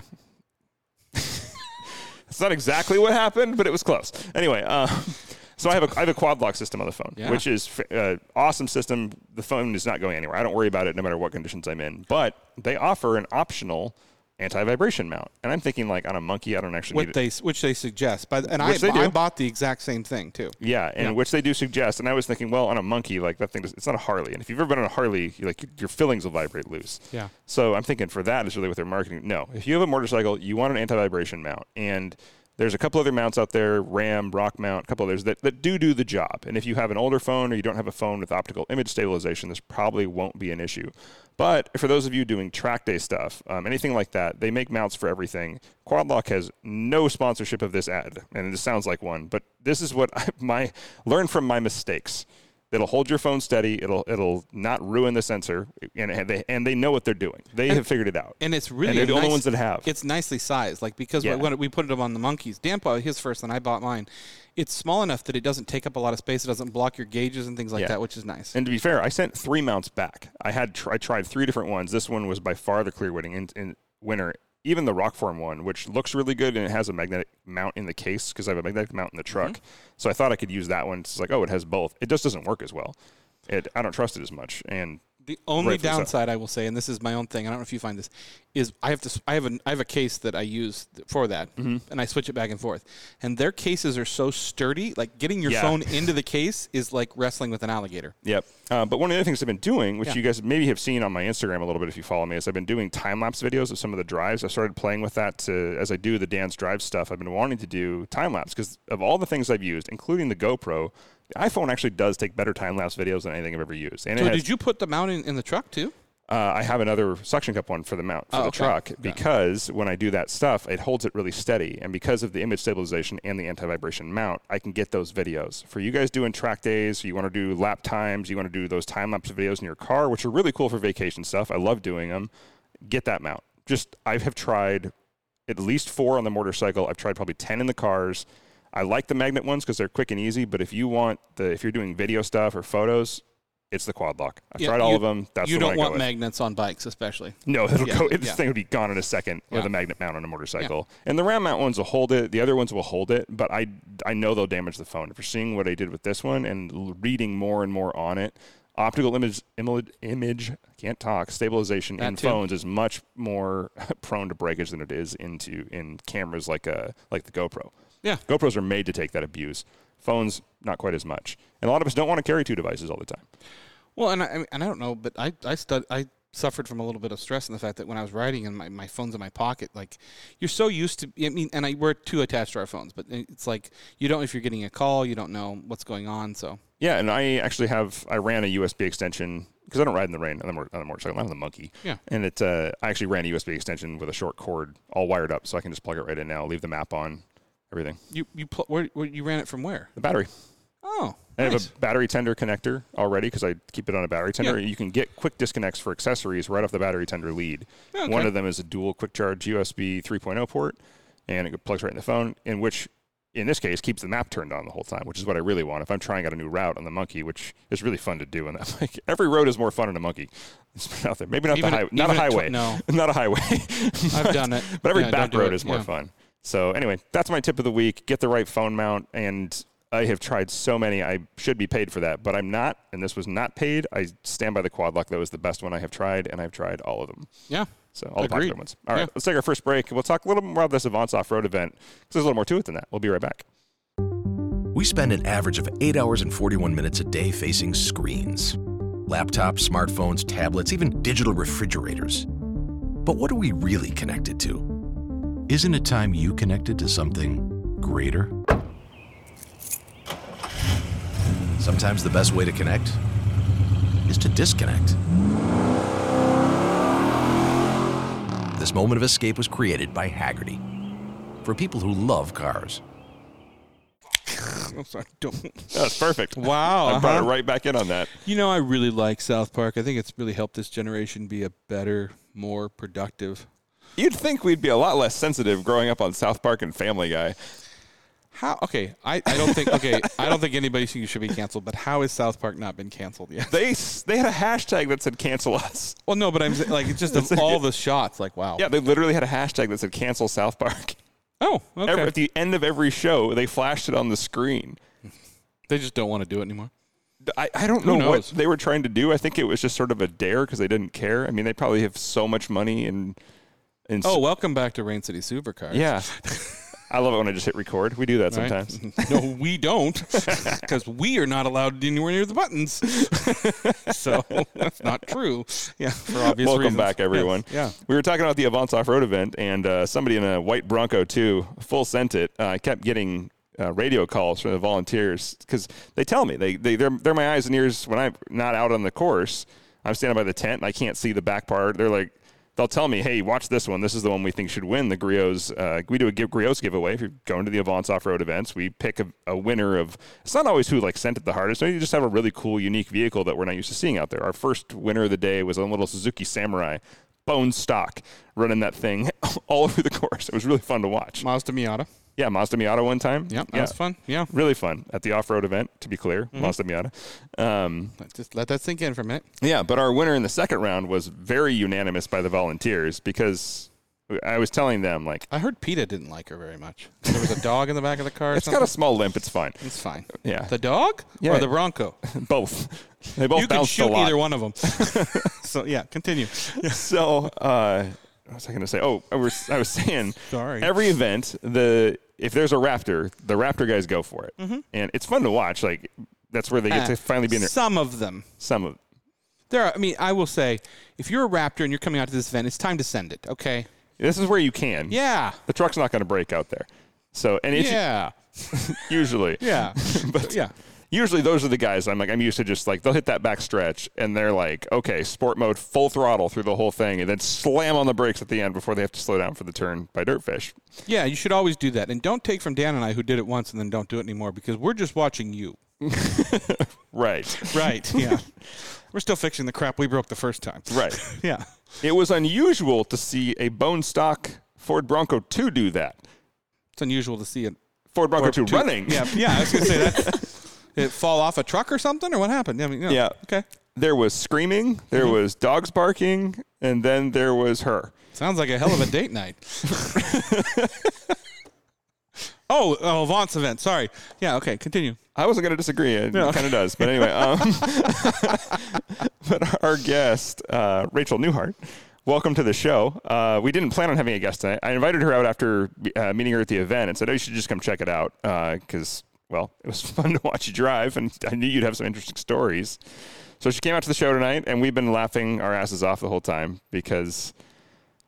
Speaker 4: It's not exactly what happened, but it was close. Anyway, uh, so I have a I have a quad lock system on the phone,
Speaker 5: Yeah.
Speaker 4: which is f- uh, awesome system. The phone is not going anywhere. I don't worry about it no matter what conditions I'm in. But they offer an optional anti vibration mount, and I'm thinking like on a monkey, I don't actually need
Speaker 5: What
Speaker 4: it.
Speaker 5: they which they suggest, but and
Speaker 4: Which
Speaker 5: I
Speaker 4: they do.
Speaker 5: I bought the exact same thing too.
Speaker 4: Yeah, and which they do suggest. And I was thinking, well, on a monkey, like that thing, does, it's not a Harley. And if you've ever been on a Harley, you like your fillings will vibrate loose.
Speaker 5: Yeah.
Speaker 4: So I'm thinking for that is really what they're marketing. No, if you have a motorcycle, you want an anti-vibration mount, and there's a couple other mounts out there, Ram, Rock Mount, a couple others that, that do do the job. And if you have an older phone or you don't have a phone with optical image stabilization, this probably won't be an issue. But for those of you doing track day stuff, um, anything like that, they make mounts for everything. Quadlock has no sponsorship of this ad, and this sounds like one, but this is what I, my learn from my mistakes. It'll hold your phone steady. It'll it'll not ruin the sensor, and and they and they know what they're doing. They have figured it out.
Speaker 5: And it's really
Speaker 4: they're
Speaker 5: a
Speaker 4: the only
Speaker 5: nice-
Speaker 4: ones that have.
Speaker 5: It's nicely sized, like because
Speaker 4: Yeah.
Speaker 5: when we put it on the monkeys, Dan bought his first, and I bought mine. It's small enough that it doesn't take up a lot of space. It doesn't block your gauges and things like
Speaker 4: Yeah.
Speaker 5: that, which is nice.
Speaker 4: And to be fair, I sent three mounts back. I had tr- I tried three different ones. This one was by far the clear winning in, in winner. Even the Rockform one, which looks really good and it has a magnetic mount in the case because I have a magnetic mount in the truck.
Speaker 5: Mm-hmm.
Speaker 4: So I thought I could use that one. It's like, oh, it has both. It just doesn't work as well. It I don't trust it as much. And
Speaker 5: The only
Speaker 4: Rightfully so.
Speaker 5: downside I will say, and this is my own thing, I don't know if you find this, is I have to. s- I have an. I have a case that I use th- for that,
Speaker 4: Mm-hmm.
Speaker 5: and I switch it back and forth. And their cases are so sturdy, like getting your
Speaker 4: Yeah.
Speaker 5: phone into the case is like wrestling with an alligator.
Speaker 4: Yep. Uh, but one of the other things I've been doing, which
Speaker 5: Yeah.
Speaker 4: you guys maybe have seen on my Instagram a little bit if you follow me, is I've been doing time lapse videos of some of the drives. I started playing with that to, as I do the dance drive stuff. I've been wanting to do time lapse because of all the things I've used, including the GoPro, the iPhone actually does take better time lapse videos than anything I've ever used. And it
Speaker 5: So
Speaker 4: has-
Speaker 5: did you put the mount in, in the truck too?
Speaker 4: uh, I have another suction cup one for the mount for
Speaker 5: Oh,
Speaker 4: the
Speaker 5: okay.
Speaker 4: truck
Speaker 5: Got it.
Speaker 4: because when I do that stuff, it holds it really steady, and because of the image stabilization and the anti-vibration mount, I can get those videos for you guys doing track days. You want to do lap times, you want to do those time lapse videos in your car, which are really cool for vacation stuff. I love doing them. Get that mount. Just I have tried at least four on the motorcycle. I've tried probably ten in the cars. I like the magnet ones because they're quick and easy. But if you want the if you're doing video stuff or photos. It's the quad lock. I've
Speaker 5: Yeah,
Speaker 4: tried all
Speaker 5: you-
Speaker 4: of them. That's
Speaker 5: you
Speaker 4: the
Speaker 5: don't
Speaker 4: one I go
Speaker 5: want
Speaker 4: with.
Speaker 5: magnets on bikes, especially.
Speaker 4: No, it'll
Speaker 5: Yeah,
Speaker 4: go. This
Speaker 5: yeah.
Speaker 4: thing would be gone in a second with
Speaker 5: Yeah.
Speaker 4: a magnet mount on a motorcycle. And the round mount ones will hold it. The other ones will hold it. But I, I know they'll damage the phone. After seeing what I did with this one and l- reading more and more on it, optical image, image, image can't talk stabilization
Speaker 5: That
Speaker 4: in
Speaker 5: too.
Speaker 4: phones is much more prone to breakage than it is into in cameras like a like the GoPro.
Speaker 5: Yeah.
Speaker 4: GoPros are made to take that abuse. Phones not quite as much. And a lot of us don't want to carry two devices all the time.
Speaker 5: Well, and I I mean, and I don't know, but I I stud I suffered from a little bit of stress in the fact that when I was riding and my, my phone's in my pocket, like you're so used to. I mean, and I we're too attached to our phones, but it's like you don't if you're getting a call, you don't know what's going on. So
Speaker 4: Yeah, and I actually have I ran a USB extension because I don't ride in the rain on the, mor- on the motorcycle. I'm on the monkey.
Speaker 5: Yeah.
Speaker 4: and it uh, I actually ran a USB extension with a short cord, all wired up, so I can just plug it right in now. Leave the map on, everything.
Speaker 5: you you pl- where, where you ran it from where?
Speaker 4: The battery.
Speaker 5: Oh,
Speaker 4: I
Speaker 5: nice.
Speaker 4: have a battery tender connector already because I keep it on a battery tender. You can get quick disconnects for accessories right off the battery tender lead.
Speaker 5: Oh, Okay.
Speaker 4: One of them is a dual quick charge USB 3.0 port, and it plugs right in the phone, in which, in this case, keeps the map turned on the whole time, which is what I really want. If I'm trying out a new route on the monkey, which is really fun to do, and that like every road is more fun on a monkey. It's been out there. Maybe not
Speaker 5: Even
Speaker 4: the
Speaker 5: a-
Speaker 4: highway. Not a
Speaker 5: even a tw-
Speaker 4: highway.
Speaker 5: no.
Speaker 4: not a highway.
Speaker 5: I've done it.
Speaker 4: But every
Speaker 5: Yeah, don't
Speaker 4: back
Speaker 5: do
Speaker 4: road
Speaker 5: it.
Speaker 4: is more
Speaker 5: Yeah.
Speaker 4: fun. So anyway, that's my tip of the week. Get the right phone mount, and I have tried so many. I should be paid for that, but I'm not, and this was not paid. I stand by the quad lock. That was the best one I have tried, and I've tried all of them.
Speaker 5: yeah.
Speaker 4: So all the
Speaker 5: Agreed.
Speaker 4: popular ones. All right,
Speaker 5: Yeah.
Speaker 4: let's take our first break. and We'll talk a little bit more about this Avance off-road event because there's a little more to it than that. We'll be right back.
Speaker 3: We spend an average of 8 hours and 41 minutes a day facing screens. laptops, smartphones, tablets, even digital refrigerators. But what are we really connected to? Isn't it time you connected to something greater? Sometimes the best way to connect is to disconnect. This moment of escape was created by Haggerty for people who love cars.
Speaker 5: I'm sorry, don't.
Speaker 4: That's perfect.
Speaker 5: Wow,
Speaker 4: I brought it
Speaker 5: uh-huh.
Speaker 4: right back in on that.
Speaker 5: You know, I really like South Park. I think it's really helped this generation be a better, more productive.
Speaker 4: You'd think we'd be a lot less sensitive growing up on South Park and Family Guy.
Speaker 5: How? Okay, I, I don't think. Okay, I don't think anybody should should be canceled. But how has South Park not been canceled yet?
Speaker 4: They s- they had a hashtag that said cancel us.
Speaker 5: Well, no, but I'm sa- like, it's just of all the shots. Like, wow.
Speaker 4: Yeah, they literally had a hashtag that said cancel South Park.
Speaker 5: Oh,
Speaker 4: Every-
Speaker 5: okay.
Speaker 4: At the end of every show, they flashed it on the screen.
Speaker 5: they just don't want to do it anymore.
Speaker 4: I, I don't
Speaker 5: Who
Speaker 4: know what
Speaker 5: knows?
Speaker 4: they were trying to do. I think it was just sort of a dare because they didn't care. I mean, they probably have so much money and and
Speaker 5: Oh, welcome back to Rain City Supercars.
Speaker 4: yeah. I love it when I just hit record. We do that
Speaker 5: Right?
Speaker 4: sometimes.
Speaker 5: no, we don't, because we are not allowed anywhere near the buttons. so that's not true. Yeah, for obvious
Speaker 4: Welcome
Speaker 5: reasons.
Speaker 4: back, everyone.
Speaker 5: Yes,
Speaker 4: we were talking about the Avance Off Road event, and uh, somebody in a white Bronco too full sent it. Uh, I kept getting uh, radio calls from the volunteers because they tell me they, they they're they're my eyes and ears when I'm not out on the course. I'm standing by the tent and I can't see the back part. They're like. They'll tell me, "Hey, watch this one. This is the one we think should win the Griots. Uh, we do a give, Griots giveaway. If you're going to the Avance off-road events, we pick a, a winner of. It's not always who like sent it the hardest. Maybe you just have a really cool, unique vehicle that we're not used to seeing out there. Our first winner of the day was a little Suzuki Samurai bone stock running that thing all over the course. It was really fun to watch.
Speaker 5: Mazda Miata.
Speaker 4: Yeah, Mazda Miata one time.
Speaker 5: Yep, that
Speaker 4: yeah.
Speaker 5: was fun. Mm-hmm. Yeah,
Speaker 4: Really fun at the off-road event, to be clear, Mazda Miata. Um,
Speaker 5: just let that sink in for a minute.
Speaker 4: yeah, but our winner in the second round was very unanimous by the volunteers because I was telling them like
Speaker 5: I heard PETA didn't like her very much. There was a dog in the back of the car. Or
Speaker 4: it's got
Speaker 5: something.
Speaker 4: a small limp, it's fine.
Speaker 5: It's fine.
Speaker 4: Yeah.
Speaker 5: The dog
Speaker 4: Yeah.
Speaker 5: or the Bronco?
Speaker 4: both. They both
Speaker 5: you can
Speaker 4: bounced
Speaker 5: shoot
Speaker 4: a lot.
Speaker 5: either one of them. so yeah, continue.
Speaker 4: so uh, what was I going to say? Oh, I was I was saying.
Speaker 5: Sorry.
Speaker 4: Every event, the if there's a raptor, the raptor guys go for it,
Speaker 5: Mm-hmm.
Speaker 4: and it's fun to watch. Like that's where they get to finally be in there.
Speaker 5: Some of them.
Speaker 4: Some of
Speaker 5: There are, I mean, I will say, if you're a Raptor and you're coming out to this event, it's time to send it. Okay.
Speaker 4: this is where you can.
Speaker 5: Yeah.
Speaker 4: The truck's not going to break out there. So and it's
Speaker 5: Yeah.
Speaker 4: usually
Speaker 5: Yeah.
Speaker 4: but
Speaker 5: Yeah.
Speaker 4: Usually those are the guys I'm like I'm used to just like they'll hit that back stretch and they're like okay sport mode full throttle through the whole thing and then slam on the brakes at the end before they have to slow down for the turn by dirtfish.
Speaker 5: Yeah. You should always do that, and don't take from Dan and I who did it once and then don't do it anymore because we're just watching you.
Speaker 4: Right.
Speaker 5: Right. Yeah. we're still fixing the crap we broke the first time.
Speaker 4: Right.
Speaker 5: Yeah.
Speaker 4: It was unusual to see a bone stock Ford Bronco 2 do that.
Speaker 5: It's unusual to see it.
Speaker 4: Ford Bronco 2
Speaker 5: two-
Speaker 4: running.
Speaker 5: Yeah. Yeah. I was gonna say that. Did it fall off a truck or something, or what happened? I mean,
Speaker 4: Yeah.
Speaker 5: Okay.
Speaker 4: There was screaming, there
Speaker 5: Mm-hmm.
Speaker 4: was dogs barking, and then there was her.
Speaker 5: Sounds like a hell of a date night. oh, oh, Vance event. Sorry. Yeah. Okay. Continue.
Speaker 4: I wasn't going to disagree. It kind of does. But anyway, um, but our guest, uh, Rachel Newhart, welcome to the show. Uh, we didn't plan on having a guest tonight. I invited her out after uh, meeting her at the event and said, oh, you should just come check it out because, well, it was fun to watch you drive and I knew you'd have some interesting stories. So she came out to the show tonight and we've been laughing our asses off the whole time because,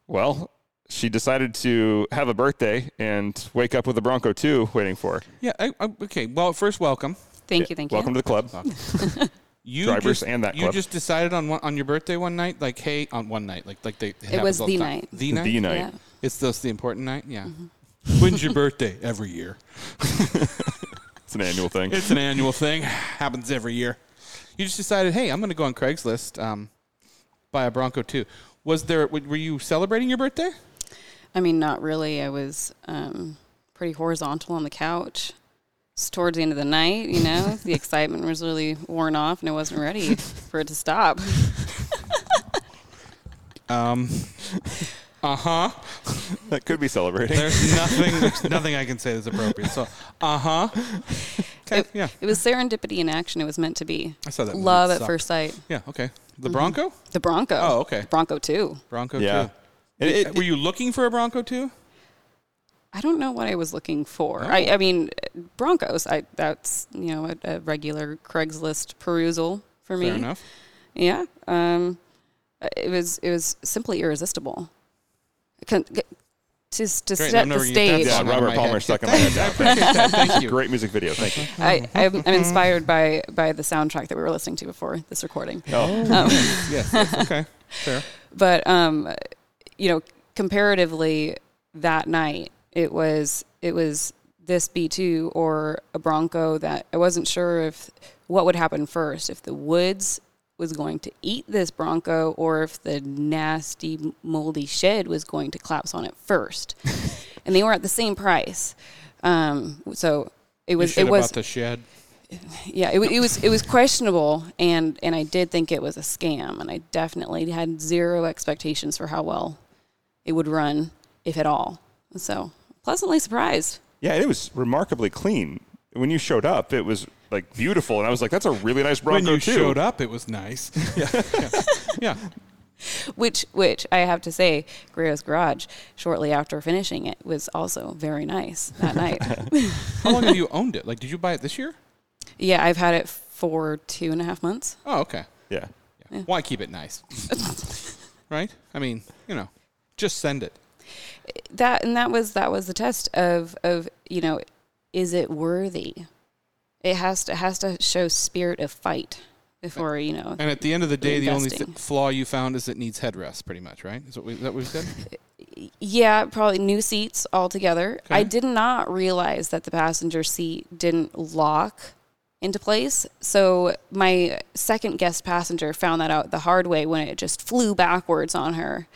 Speaker 4: well, she decided to have a birthday and wake up with a Bronco 2 waiting for her.
Speaker 5: Yeah. I, I, okay. Well, first, welcome.
Speaker 6: Thank you, thank you.
Speaker 4: Welcome to the club.
Speaker 5: You
Speaker 4: Drivers
Speaker 5: just,
Speaker 4: and that
Speaker 5: You
Speaker 4: club.
Speaker 5: just decided on one, on your birthday one night, like hey, on one night, like like they. It, happens
Speaker 6: was
Speaker 5: all the
Speaker 6: the
Speaker 5: time.
Speaker 6: night.
Speaker 5: The night.
Speaker 4: The night.
Speaker 6: Yeah.
Speaker 5: It's the, the important night. Yeah. When's your birthday? Every year.
Speaker 4: It's an annual thing.
Speaker 5: It's an annual thing. Happens every year. You just decided, hey, I'm going to go on Craigslist, um, buy a Bronco too. Was there? w- Were you celebrating your birthday?
Speaker 6: I mean, not really. I was um, pretty horizontal on the couch. It's towards the end of the night, you know, the excitement was really worn off, and I wasn't ready for it to stop.
Speaker 5: Um. Uh huh.
Speaker 4: that could be celebrating.
Speaker 5: There's nothing. There's nothing I can say that's appropriate. So, uh huh. Okay.
Speaker 6: It,
Speaker 5: yeah.
Speaker 6: it was serendipity in action. It was meant to be.
Speaker 5: I saw that movie.
Speaker 6: Love
Speaker 5: It
Speaker 6: at
Speaker 5: sucked.
Speaker 6: first Mm-hmm. sight.
Speaker 5: Yeah. Okay. The Bronco.
Speaker 6: The Bronco.
Speaker 5: Oh, okay.
Speaker 6: Bronco too.
Speaker 5: Bronco
Speaker 4: Yeah.
Speaker 5: too.
Speaker 4: It- it-
Speaker 5: were you looking for a Bronco too?
Speaker 6: I don't know what I was looking for. I,
Speaker 5: Oh.
Speaker 6: I mean, Broncos. I that's you know a, a regular Craigslist perusal for me.
Speaker 5: Fair enough.
Speaker 6: Yeah. Um, it was it was simply irresistible. Con- g- to s- to
Speaker 5: Great,
Speaker 6: set
Speaker 5: I'm
Speaker 6: the
Speaker 5: never gonna get that
Speaker 6: stage.
Speaker 4: Yeah,
Speaker 5: song out of
Speaker 4: Robert
Speaker 5: my
Speaker 4: Palmer
Speaker 5: head.
Speaker 4: stuck in my head now.
Speaker 5: I appreciate that. Thank you.
Speaker 4: Great music video. Thank you.
Speaker 6: I, I'm, I'm inspired by by the soundtrack that we were listening to before this recording. Um,
Speaker 5: Yes, yes. Okay. Fair.
Speaker 6: but um, you know, comparatively, that night it was it was this B two or a Bronco that I wasn't sure if what would happen first if the woods was going to eat this Bronco or if the nasty moldy shed was going to collapse on it first, and they were at the same price. Um, so it
Speaker 5: You
Speaker 6: was
Speaker 5: should
Speaker 6: it
Speaker 5: have
Speaker 6: was
Speaker 5: bought the shed.
Speaker 6: yeah, it, wa- it was it was questionable, and and I did think it was a scam, and I definitely had zero expectations for how well it would run, if at all. So pleasantly surprised.
Speaker 4: Yeah, it was remarkably clean. When you showed up, it was like beautiful, and I was like, "That's a really nice Bronco
Speaker 5: when you
Speaker 4: too."
Speaker 5: showed up, it was nice. Yeah. yeah. yeah.
Speaker 6: Which which I have to say, Grio's garage shortly after finishing it was also very nice that night.
Speaker 5: How long have you owned it? Like, did you buy it this year?
Speaker 6: Yeah, I've had it for two and a half months.
Speaker 5: Oh, okay.
Speaker 4: Yeah,
Speaker 5: Yeah. Why keep it nice? right? I mean, you know, just send it.
Speaker 6: that and that was that was the test of of you know is it worthy it has to has to show spirit of fight before you know
Speaker 5: And at the end of the day, the only th-
Speaker 6: Investing.
Speaker 5: flaw you found is it needs headrest, pretty much, right? Is, what we, is that what we said?
Speaker 6: yeah probably new seats altogether i
Speaker 5: Okay.
Speaker 6: did not realize that the passenger seat didn't lock into place so my second guest passenger found that out the hard way when it just flew backwards on her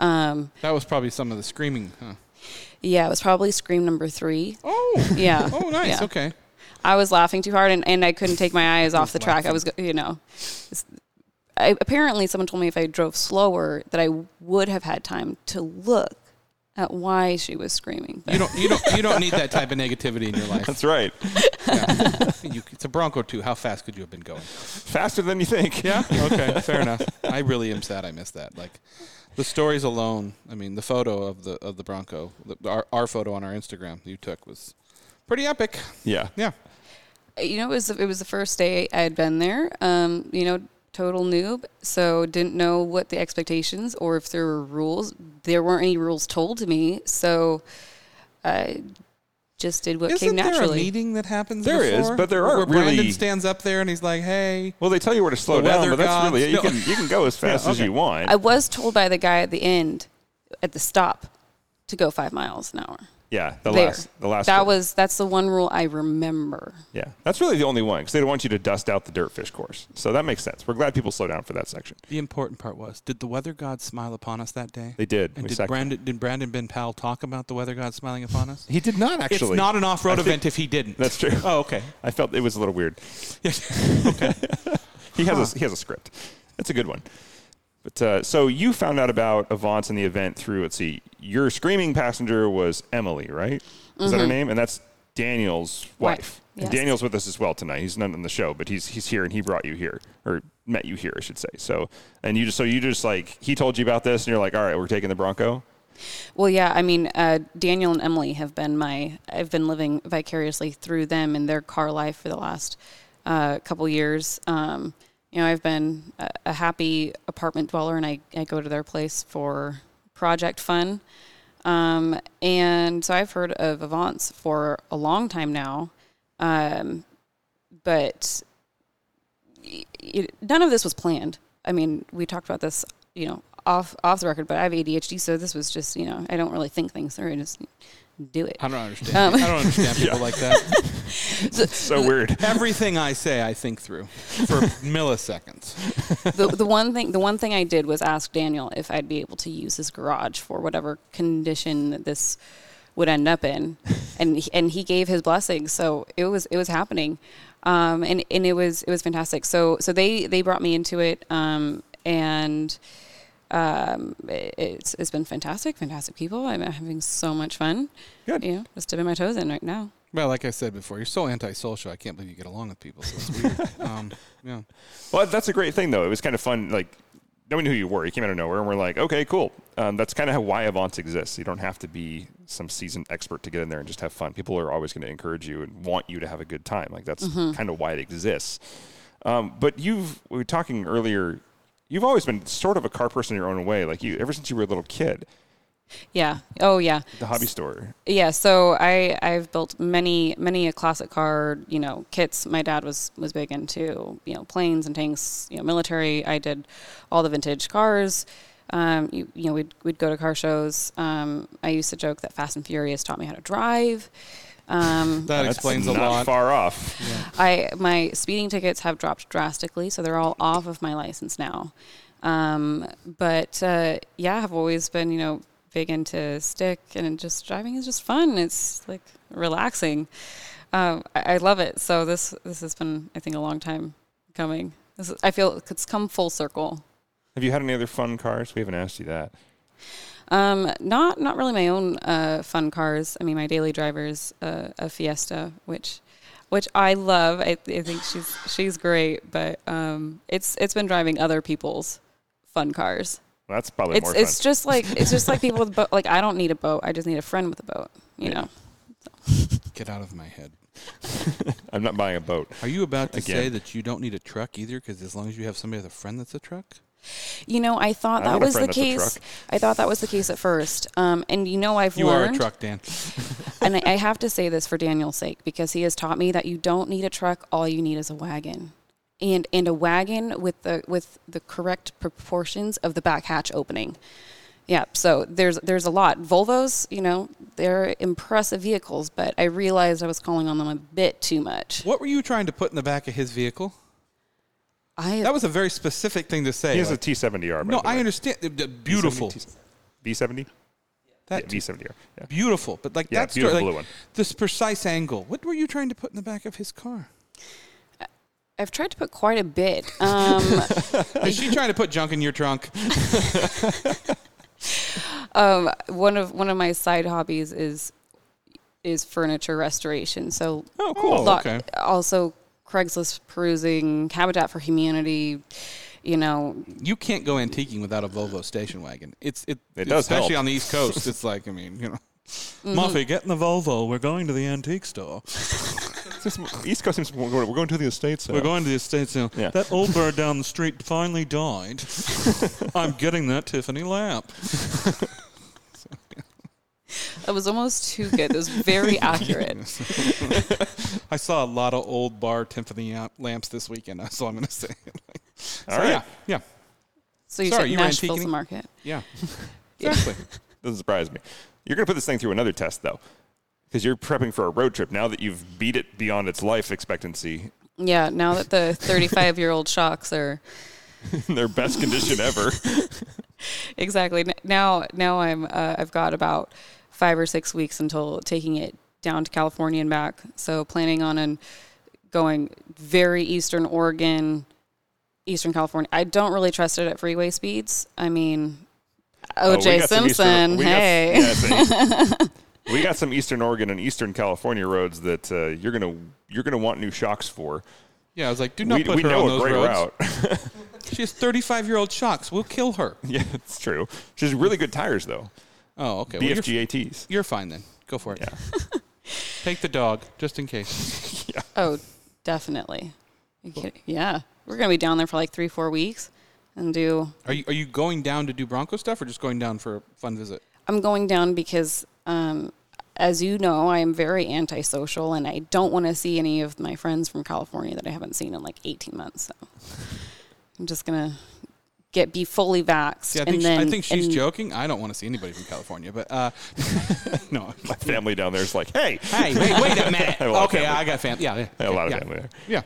Speaker 6: um,
Speaker 5: that was probably some of the screaming, huh?
Speaker 6: yeah it was probably scream number three
Speaker 5: Oh,
Speaker 6: yeah
Speaker 5: oh, nice.
Speaker 6: Yeah.
Speaker 5: Okay.
Speaker 6: I was laughing too hard and, and I couldn't take my eyes off the track. I was, go- you know, it's- I, apparently someone told me if I drove slower that I would have had time to look at why she was screaming.
Speaker 5: You don't, you don't, you don't need that type of negativity in your life.
Speaker 4: that's right.
Speaker 5: Yeah. You, it's a Bronco too. How fast could you have been going?
Speaker 4: Faster than you think.
Speaker 5: Yeah. Okay. Fair enough. I really am sad I missed that. Like, the stories alone. I mean, the photo of the of the Bronco, the, our our photo on our Instagram that you took was pretty epic.
Speaker 4: Yeah.
Speaker 5: Yeah.
Speaker 6: You know, it was it was the first day I had been there. Um, you know, total noob, so didn't know what the expectations or if there were rules. There weren't any rules told to me, so I just did what
Speaker 5: Isn't
Speaker 6: came
Speaker 5: there
Speaker 6: naturally.
Speaker 5: a meeting that happens?
Speaker 4: There is,
Speaker 5: before
Speaker 4: but there aren't
Speaker 5: where Brandon
Speaker 4: really-
Speaker 5: stands up there and he's like, "Hey."
Speaker 4: Well, they tell you where to slow
Speaker 5: The
Speaker 4: down,
Speaker 5: weather
Speaker 4: but that's
Speaker 5: gods.
Speaker 4: really it. You
Speaker 5: No.
Speaker 4: can you can go as fast as
Speaker 5: okay.
Speaker 4: you want.
Speaker 6: I was told by the guy at the end, at the stop, to go five miles an hour.
Speaker 4: yeah, the
Speaker 6: there,
Speaker 4: last the last
Speaker 6: that
Speaker 4: one.
Speaker 6: was that's the one rule I remember.
Speaker 4: yeah. That's really the only one because they don't want you to dust out the dirt fish course. So that makes sense. We're glad people slow down for that section.
Speaker 5: The important part was: Did the weather god smile upon us that day?
Speaker 4: They did.
Speaker 5: And
Speaker 4: We
Speaker 5: did
Speaker 4: sacked-
Speaker 5: Brandon, did Brandon Ben Powell talk about the weather god smiling upon us?
Speaker 4: He did not actually.
Speaker 5: it's not an off-road
Speaker 4: I think-
Speaker 5: event if he didn't.
Speaker 4: That's true.
Speaker 5: Oh, okay.
Speaker 4: I felt it was a little weird. He has a, he has a script. That's a good one. But uh, so you found out about Avance and the event through let's see, your screaming passenger was Emily, right? Is that her name? And that's Daniel's
Speaker 6: Mm-hmm. Right.
Speaker 4: wife.
Speaker 6: Yes.
Speaker 4: And Daniel's with us as well tonight. He's not on the show, but he's he's here and he brought you here or met you here, I should say. So and you just so you just like he told you about this and you're like, all right, we're taking the Bronco.
Speaker 6: Well, yeah, I mean, uh, Daniel and Emily have been my. I've been living vicariously through them and their car life for the last uh, couple years. Um, you know, I've been a, a happy apartment dweller, and I, I go to their place for project fun. Um, and so I've heard of Avance for a long time now, um, but y- y- none of this was planned. I mean, we talked about this, you know, off off the record, but I have ADHD, so this was just, you know, I don't really think things through. I just do it.
Speaker 5: I don't understand. I don't understand people like that.
Speaker 4: So weird.
Speaker 5: Everything I say, I think through for milliseconds.
Speaker 6: the, the one thing the one thing I did was ask Daniel if I'd be able to use his garage for whatever condition that this would end up in, and he- and he gave his blessing. So it was it was happening, um, and and it was it was fantastic. So so they they brought me into it, um, and um, it- it's it's been fantastic, fantastic people. I'm having so much fun.
Speaker 4: Good.
Speaker 6: you know, just dipping my toes in right now.
Speaker 5: Well, like I said before, you're so antisocial. I can't believe you get along with people. So it's weird. um, yeah.
Speaker 4: Well, that's a great thing, though. It was kind of fun. Like, no one knew who you were. You came out of nowhere, and we're like, okay, cool. Um, that's kind of how why Avance exists. You don't have to be some seasoned expert to get in there and just
Speaker 5: Mm-hmm.
Speaker 4: have fun. People are always going to encourage you and want you to have a good time. Like, that's kind of why it exists. Um, but you've we were talking earlier. You've always been sort of a car person in your own way, like you ever since you were a little kid.
Speaker 6: Yeah. Oh, yeah.
Speaker 4: The hobby store.
Speaker 6: Yeah, so I I've built many many a classic car, you know, kits. My dad was was big into you know planes and tanks, you know, military. I did all the vintage cars. Um, you, you know, we'd we'd go to car shows. Um, I used to joke that Fast and Furious taught me how to drive. Um,
Speaker 5: That explains a
Speaker 4: not
Speaker 5: lot.
Speaker 4: Far off.
Speaker 6: I my speeding tickets have dropped drastically, so they're all off of my license now. Um, but uh, yeah, I've always been you know big into stick and just driving is just fun. It's like relaxing. Um, I, I love it. So this this has been I think a long time coming. This is, I feel it's come full circle.
Speaker 4: Have you had any other fun cars? We haven't asked you that.
Speaker 6: Um, not not really my own uh, fun cars. I mean, my daily driver's uh, a Fiesta, which which I love. I, I think she's she's great, but um, it's it's been driving other people's fun cars.
Speaker 4: Well, that's probably
Speaker 6: It's
Speaker 4: more
Speaker 6: it's
Speaker 4: fun.
Speaker 6: just like it's just like people with boat. Like I don't need a boat. I just need a friend with a boat. You know.
Speaker 5: Get out of my head.
Speaker 4: I'm not buying a boat.
Speaker 5: Are you about to
Speaker 4: Again.
Speaker 5: say that you don't need a truck either? Because as long as you have somebody with a friend that's a truck,
Speaker 6: You know. I thought
Speaker 4: I
Speaker 6: that
Speaker 4: want a
Speaker 6: was the
Speaker 4: friend that's a
Speaker 6: case.
Speaker 4: truck.
Speaker 6: I thought that was the case at first. Um, and you know, I've
Speaker 5: you
Speaker 6: learned.
Speaker 5: are a truck, Dan.
Speaker 6: and I, I have to say this for Daniel's sake because he has taught me that you don't need a truck. All you need is a wagon, and and a wagon with the with the correct proportions of the back hatch opening. Yeah, so there's there's a lot. Volvos, you know, they're impressive vehicles, but I realized I was calling on them a bit too much.
Speaker 5: What were you trying to put in the back of his vehicle?
Speaker 6: I
Speaker 5: That was a very specific thing to say.
Speaker 4: He has a
Speaker 5: Like,
Speaker 4: T70R. by
Speaker 5: no,
Speaker 4: the
Speaker 5: I
Speaker 4: way.
Speaker 5: understand. The- the Beautiful.
Speaker 4: V70. Yeah,
Speaker 5: That
Speaker 4: V70R. Yeah.
Speaker 5: beautiful, but like
Speaker 4: Yeah,
Speaker 5: that story,
Speaker 4: beautiful
Speaker 5: like,
Speaker 4: blue one.
Speaker 5: this precise angle. What were you trying to put in the back of his car?
Speaker 6: I've tried to put quite a bit. Um,
Speaker 5: Is she trying to put junk in your trunk?
Speaker 6: um, one of one of my side hobbies is is furniture restoration. So
Speaker 5: Oh, cool.
Speaker 6: lot-
Speaker 5: Okay.
Speaker 6: Also Craigslist perusing, Habitat for Humanity. You know,
Speaker 5: You can't go antiquing without a Volvo station wagon. It's it,
Speaker 4: It does
Speaker 5: especially
Speaker 4: help.
Speaker 5: on the East Coast. It's like I mean, you know, Muffy, get in the Volvo. We're going to the antique store.
Speaker 4: East Coast seems we're going, we're going to the estate sale.
Speaker 5: We're going to the estate sale.
Speaker 4: Yeah.
Speaker 5: That old bird down the street finally died. I'm getting that Tiffany lamp.
Speaker 6: that was almost too good. It was very accurate.
Speaker 5: I saw a lot of old bar Tiffany lamp- lamps this weekend. That's all I'm going to say.
Speaker 4: All right.
Speaker 5: Yeah, yeah,
Speaker 6: So you
Speaker 5: Sorry,
Speaker 6: said
Speaker 5: you were
Speaker 6: Nashville's
Speaker 5: antiquing?
Speaker 6: the market.
Speaker 5: yeah. Exactly.
Speaker 4: Doesn't surprise me. You're going to put this thing through another test, though, because you're prepping for a road trip now that you've beat it beyond its life expectancy
Speaker 6: Yeah. Now that the 35 year old shocks are
Speaker 4: in their best condition ever. Uh,
Speaker 6: exactly N- now, now I'm uh, I've got about five or six weeks until taking it down to California and back. So planning on an going very eastern Oregon, eastern California. I don't really trust it at freeway speeds. I mean,
Speaker 4: Oh, we
Speaker 6: OJ
Speaker 4: got some Eastern-
Speaker 6: Simpson.
Speaker 4: we got-
Speaker 6: hey.
Speaker 4: yeah, same. we got some Eastern Oregon and Eastern California roads that uh, you're gonna you're gonna want new shocks for.
Speaker 5: Yeah, I was like, do not
Speaker 4: We,
Speaker 5: put
Speaker 4: we
Speaker 5: her
Speaker 4: know
Speaker 5: on
Speaker 4: a
Speaker 5: those
Speaker 4: great
Speaker 5: roads.
Speaker 4: route.
Speaker 5: She has 35 year old shocks. We'll kill her.
Speaker 4: yeah, it's true. She has really good tires though.
Speaker 5: Oh, okay. Well, you're,
Speaker 4: BFGATs.
Speaker 5: you're fine then. Go for it.
Speaker 4: Yeah.
Speaker 5: Take the dog, just in case.
Speaker 6: Oh, definitely. You kidding? Yeah, we're gonna be down there for like three, four weeks, and do.
Speaker 5: Are you are you going down to do Bronco stuff or just going down for a fun visit?
Speaker 6: I'm going down because, um, as you know, I am very antisocial, and I don't want to see any of my friends from California that I haven't seen in like 18 months. So I'm just gonna get be fully vaxxed,
Speaker 5: Yeah, I
Speaker 6: and
Speaker 5: think,
Speaker 6: then
Speaker 5: I think she's
Speaker 6: and-
Speaker 5: joking. I don't want to see anybody from California, but uh, no.
Speaker 4: My family down there is like, hey,
Speaker 5: Hey, wait, wait a minute.
Speaker 4: A lot of
Speaker 5: okay,
Speaker 4: family.
Speaker 5: I got family. Yeah, yeah.
Speaker 4: I have a lot of
Speaker 5: yeah.
Speaker 4: family there.
Speaker 5: Yeah.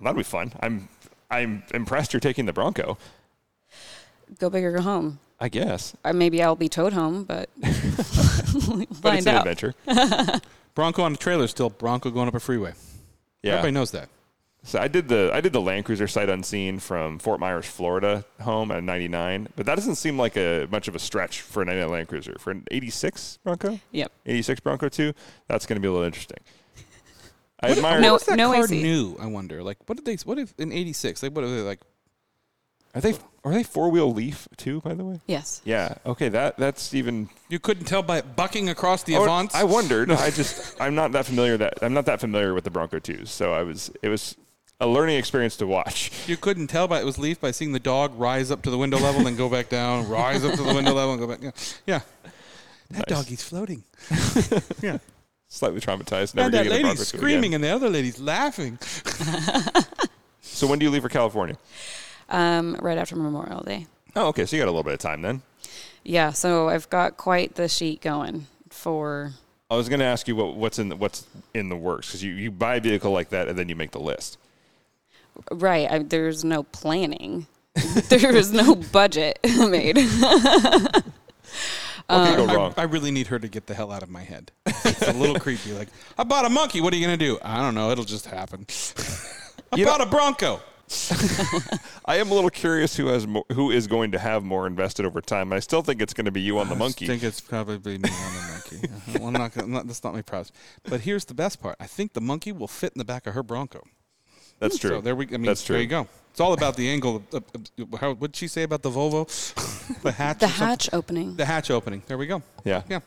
Speaker 4: that'll be fun. I'm I'm impressed you're taking the Bronco.
Speaker 6: Go big or go home.
Speaker 4: I guess,
Speaker 6: Or maybe I'll be towed home, but
Speaker 4: but
Speaker 6: find
Speaker 4: it's an
Speaker 6: out.
Speaker 4: adventure.
Speaker 5: Bronco on a trailer is still Bronco going up a freeway.
Speaker 4: Yeah,
Speaker 5: Everybody knows that.
Speaker 4: So I did the I did the Land Cruiser sight unseen from Fort Myers, Florida, home at '99. But that doesn't seem like a much of a stretch for a '99 Land Cruiser. For an '86 Bronco,
Speaker 6: Yep.
Speaker 4: '86 Bronco too, that's going to be a little interesting. I admire.
Speaker 6: No-
Speaker 5: What's that
Speaker 6: no
Speaker 5: car
Speaker 6: AC.
Speaker 5: new? I wonder. Like, what did they? What if in '86? Like, what are they like?
Speaker 4: Are they are they four wheel leaf too? By the way.
Speaker 6: Yes.
Speaker 4: Yeah. Okay. That that's even.
Speaker 5: You couldn't tell by it bucking across the
Speaker 4: Oh,
Speaker 5: Avance.
Speaker 4: I wondered. I just I'm not that familiar that I'm not that familiar with the Bronco twos. So I was it was a learning experience to watch.
Speaker 5: You couldn't tell by it was leaf by seeing the dog rise up to the window level and then go back down, rise up to the window level and go back. Yeah, yeah. that
Speaker 4: Nice.
Speaker 5: doggy's floating.
Speaker 4: Slightly traumatized. Never
Speaker 5: And that
Speaker 4: getting into
Speaker 5: lady's
Speaker 4: Broadway school again.
Speaker 5: screaming and the other lady's laughing.
Speaker 4: So when do you leave for California?
Speaker 6: um, right after Memorial Day.
Speaker 4: Oh, okay. So you got a little bit of time then.
Speaker 6: Yeah, so I've got quite the sheet going for.
Speaker 4: I was going to ask you what, what's in the, what's in the works because you, you buy a vehicle like that and then you make the list.
Speaker 6: Right, I, there's no planning. there is no budget made.
Speaker 5: Okay,
Speaker 4: go
Speaker 5: I,
Speaker 4: wrong.
Speaker 5: I really need her to get the hell out of my head. It's a little creepy. Like, I bought a monkey. What are you going to do? I don't know. It'll just happen. I bought a Bronco.
Speaker 4: I am a little curious who has more, who is going to have more invested over time. I still think it's going to be you on the monkey.
Speaker 5: I think it's probably me on the monkey. Uh-huh. Well, I'm not, gonna, I'm not, that's not my proudest. But here's the best part. I think the monkey will fit in the back of her Bronco.
Speaker 4: That's true.
Speaker 5: So there we. I mean,
Speaker 4: That's true.
Speaker 5: There you go. It's all about the angle. Of, of, of- how, what'd she say about the Volvo? the hatch.
Speaker 6: the
Speaker 5: or something?
Speaker 6: hatch opening.
Speaker 5: The hatch opening. There we go.
Speaker 4: Yeah.
Speaker 5: Yeah.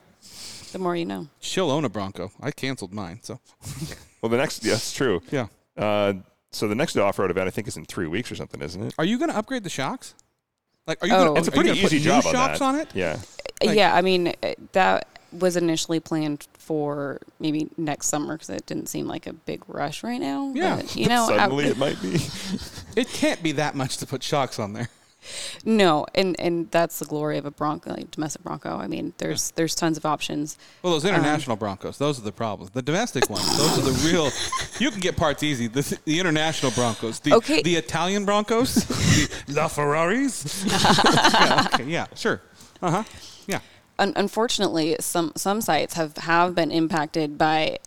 Speaker 6: the more you know.
Speaker 5: She'll own a Bronco. I canceled mine. So
Speaker 4: Well, the next yeah, that's true.
Speaker 5: yeah.
Speaker 4: Uh, so the next off road event I think is in three weeks or something, isn't it?
Speaker 5: Are you going to upgrade the shocks? Like, are you?
Speaker 6: Oh.
Speaker 5: gonna,
Speaker 6: It's a
Speaker 5: are you
Speaker 4: Pretty
Speaker 5: gonna put
Speaker 4: easy job
Speaker 5: new
Speaker 4: on
Speaker 5: shocks
Speaker 4: that.
Speaker 5: on it?
Speaker 4: Yeah.
Speaker 5: Like-
Speaker 6: yeah, I mean uh, that was initially planned for maybe next summer because it didn't seem like a big rush right now.
Speaker 5: Yeah.
Speaker 6: but, you know,
Speaker 4: Suddenly
Speaker 6: I-
Speaker 4: it might be.
Speaker 5: It can't be that much to put shocks on there.
Speaker 6: no, and and that's the glory of a Bronco, like domestic Bronco. I mean, there's there's tons of options.
Speaker 5: Well, those international Broncos, those are the problems. The domestic ones, those are the real. You can get parts easy. The, the international Broncos, the
Speaker 6: Okay.
Speaker 5: the Italian Broncos, the La Ferraris. yeah, okay, yeah, sure. Uh huh. Yeah.
Speaker 6: Un- unfortunately, some some sites have have been impacted by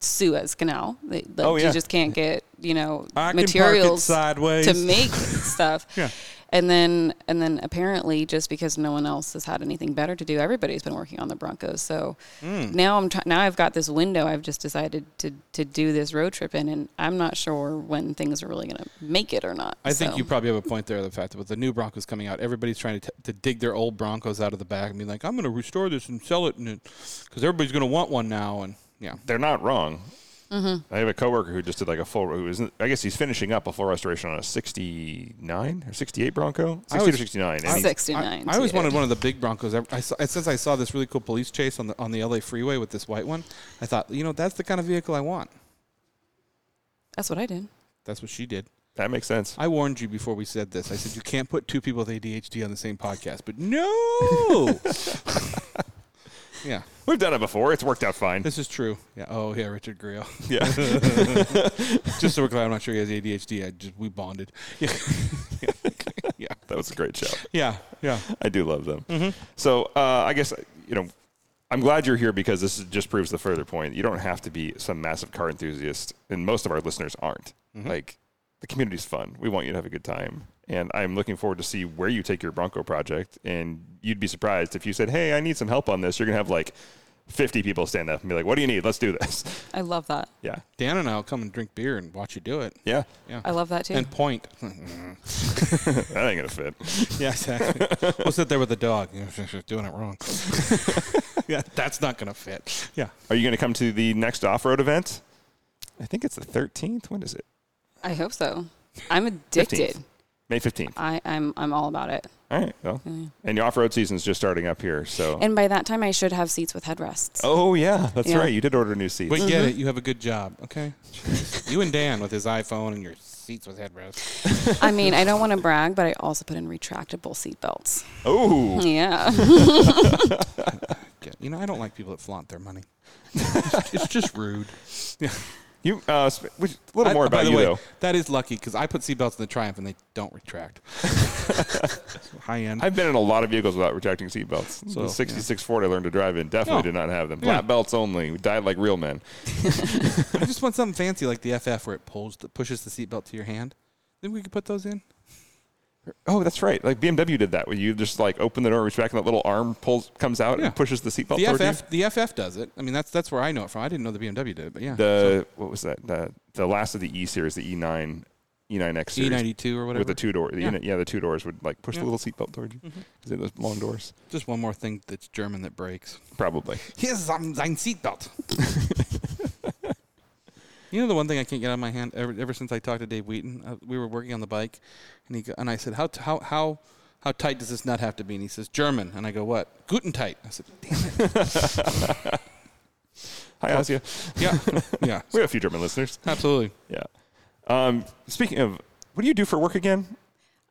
Speaker 6: Suez Canal. They, like,
Speaker 4: Oh, yeah.
Speaker 6: You just can't get you
Speaker 5: I
Speaker 6: know
Speaker 5: can park it
Speaker 6: materials
Speaker 5: sideways.
Speaker 6: to make stuff.
Speaker 5: Yeah.
Speaker 6: And then, and then apparently, just because no one else has had anything better to do, everybody's been working on the Broncos. So
Speaker 5: Hmm.
Speaker 6: now I'm try now I've got this window. I've just decided to to do this road trip in, and I'm not sure when things are really going to make it or not.
Speaker 5: I think
Speaker 6: So-
Speaker 5: you probably have a point there. The fact that with the new Broncos coming out, everybody's trying to, t- to dig their old Broncos out of the bag and be like, "I'm going to restore this and sell it," and because everybody's going to want one now. And yeah,
Speaker 4: They're not wrong. I have a coworker who just did like a full. Who is, I guess he's finishing up a full restoration on a '69 or '68 Bronco,
Speaker 5: I
Speaker 4: '68 or
Speaker 5: was-
Speaker 4: '69.
Speaker 6: I-
Speaker 4: And he-
Speaker 6: Six. 69,
Speaker 5: I, I always
Speaker 6: too.
Speaker 5: wanted one of the big Broncos. I, I saw, since I saw this really cool police chase on the on the LA freeway with this white one, I thought, you know, that's the kind of vehicle I want.
Speaker 6: that's what I did.
Speaker 5: That's what she did.
Speaker 4: that makes sense.
Speaker 5: I warned you before we said this. I said you can't put two people with ADHD on the same podcast, but no. yeah,
Speaker 4: We've done it before. It's worked out fine.
Speaker 5: this is true. Yeah. Oh yeah, Richard Grill.
Speaker 4: Yeah.
Speaker 5: just so we're clear, I'm not sure he has ADHD. I just we bonded. Yeah. yeah.
Speaker 4: that was a great show.
Speaker 5: Yeah. Yeah.
Speaker 4: I do love them. So uh, I guess you know, I'm glad you're here because this is- just proves the further point. You don't have to be some massive car enthusiast, and most of our listeners aren't. Like the community's fun. We want you to have a good time, and I'm looking forward to see where you take your Bronco project. And you'd be surprised if you said, "Hey, I need some help on this." You're gonna have like 50 people stand up and be like, "What do you need? Let's do this."
Speaker 6: I love that.
Speaker 4: yeah,
Speaker 5: Dan and I'll come and drink beer and watch you do it.
Speaker 4: yeah,
Speaker 6: I love that too.
Speaker 5: And point.
Speaker 4: that ain't gonna fit.
Speaker 5: Yeah, exactly. we'll sit there with the dog. You know, she's doing it wrong. yeah, that's not going to fit. Yeah.
Speaker 4: Are you gonna come to the next off-road event? I think it's the 13th. When is it?
Speaker 6: I hope so. I'm addicted.
Speaker 4: 15th. May 15th.
Speaker 6: I, I'm I'm all about it.
Speaker 4: All right. Well, and your off-road season's just starting up here, so.
Speaker 6: Mm. And by that time, I should have seats with headrests.
Speaker 4: oh yeah, that's
Speaker 6: Yeah.
Speaker 4: right. You did order new seats.
Speaker 5: We get it. You have a good job. Okay. Jeez. you and Dan with his iPhone and your seats with headrests.
Speaker 6: I mean, I don't want to brag, but I also put in retractable seat belts.
Speaker 4: Oh,
Speaker 6: Mm. Yeah.
Speaker 5: Yeah, You know, I don't like people that flaunt their money. it's it's just rude.
Speaker 4: you. Uh, sp- which- a little more
Speaker 5: I-
Speaker 4: about
Speaker 5: by the
Speaker 4: you
Speaker 5: way,
Speaker 4: though.
Speaker 5: That is lucky because I put seatbelts in the Triumph and they don't retract. High end.
Speaker 4: I've been in a lot of vehicles without retracting seatbelts.
Speaker 5: So,
Speaker 4: the 66 Ford I learned to drive in definitely
Speaker 5: Oh.
Speaker 4: did not have them.
Speaker 5: Yeah.
Speaker 4: Flat belts only. We died like real men.
Speaker 5: I just want something fancy like the FF where it pulls the, pushes the seatbelt to your hand. Then we could put those in.
Speaker 4: Oh, that's right. Like BMW did that. Where you just like open the door, reach back, and that little arm pulls comes out
Speaker 5: Yeah.
Speaker 4: and pushes the seatbelt
Speaker 5: The
Speaker 4: toward you.
Speaker 5: FF, the FF does it. I mean, that's that's where I know it from. I didn't know the BMW did it, but yeah.
Speaker 4: The what was that? The the last of the E series, the E9, E9X
Speaker 5: E
Speaker 4: series.
Speaker 5: E92 or whatever.
Speaker 4: With the two door,
Speaker 5: Yeah.
Speaker 4: yeah. yeah, the two doors would like push
Speaker 5: Yeah. Mm-hmm.
Speaker 4: the little seatbelt toward you. Is it those long doors?
Speaker 5: Just one more thing that's German that breaks.
Speaker 4: Probably.
Speaker 5: Here's um, sein Seatbelt. You know the one thing I can't get out of my hand ever, ever since I talked to Dave Wheaton. Uh, we were working on the bike, and he go, and I said, "How t- how how how tight does this nut have to be?" And he says, "German." And I go, "What? Guten tight." I said, "Damn it."
Speaker 4: Hi, Asia.
Speaker 5: "Yeah, yeah,
Speaker 4: We have a few German listeners.
Speaker 5: absolutely."
Speaker 4: Yeah. Um, speaking of, what do you do for work again?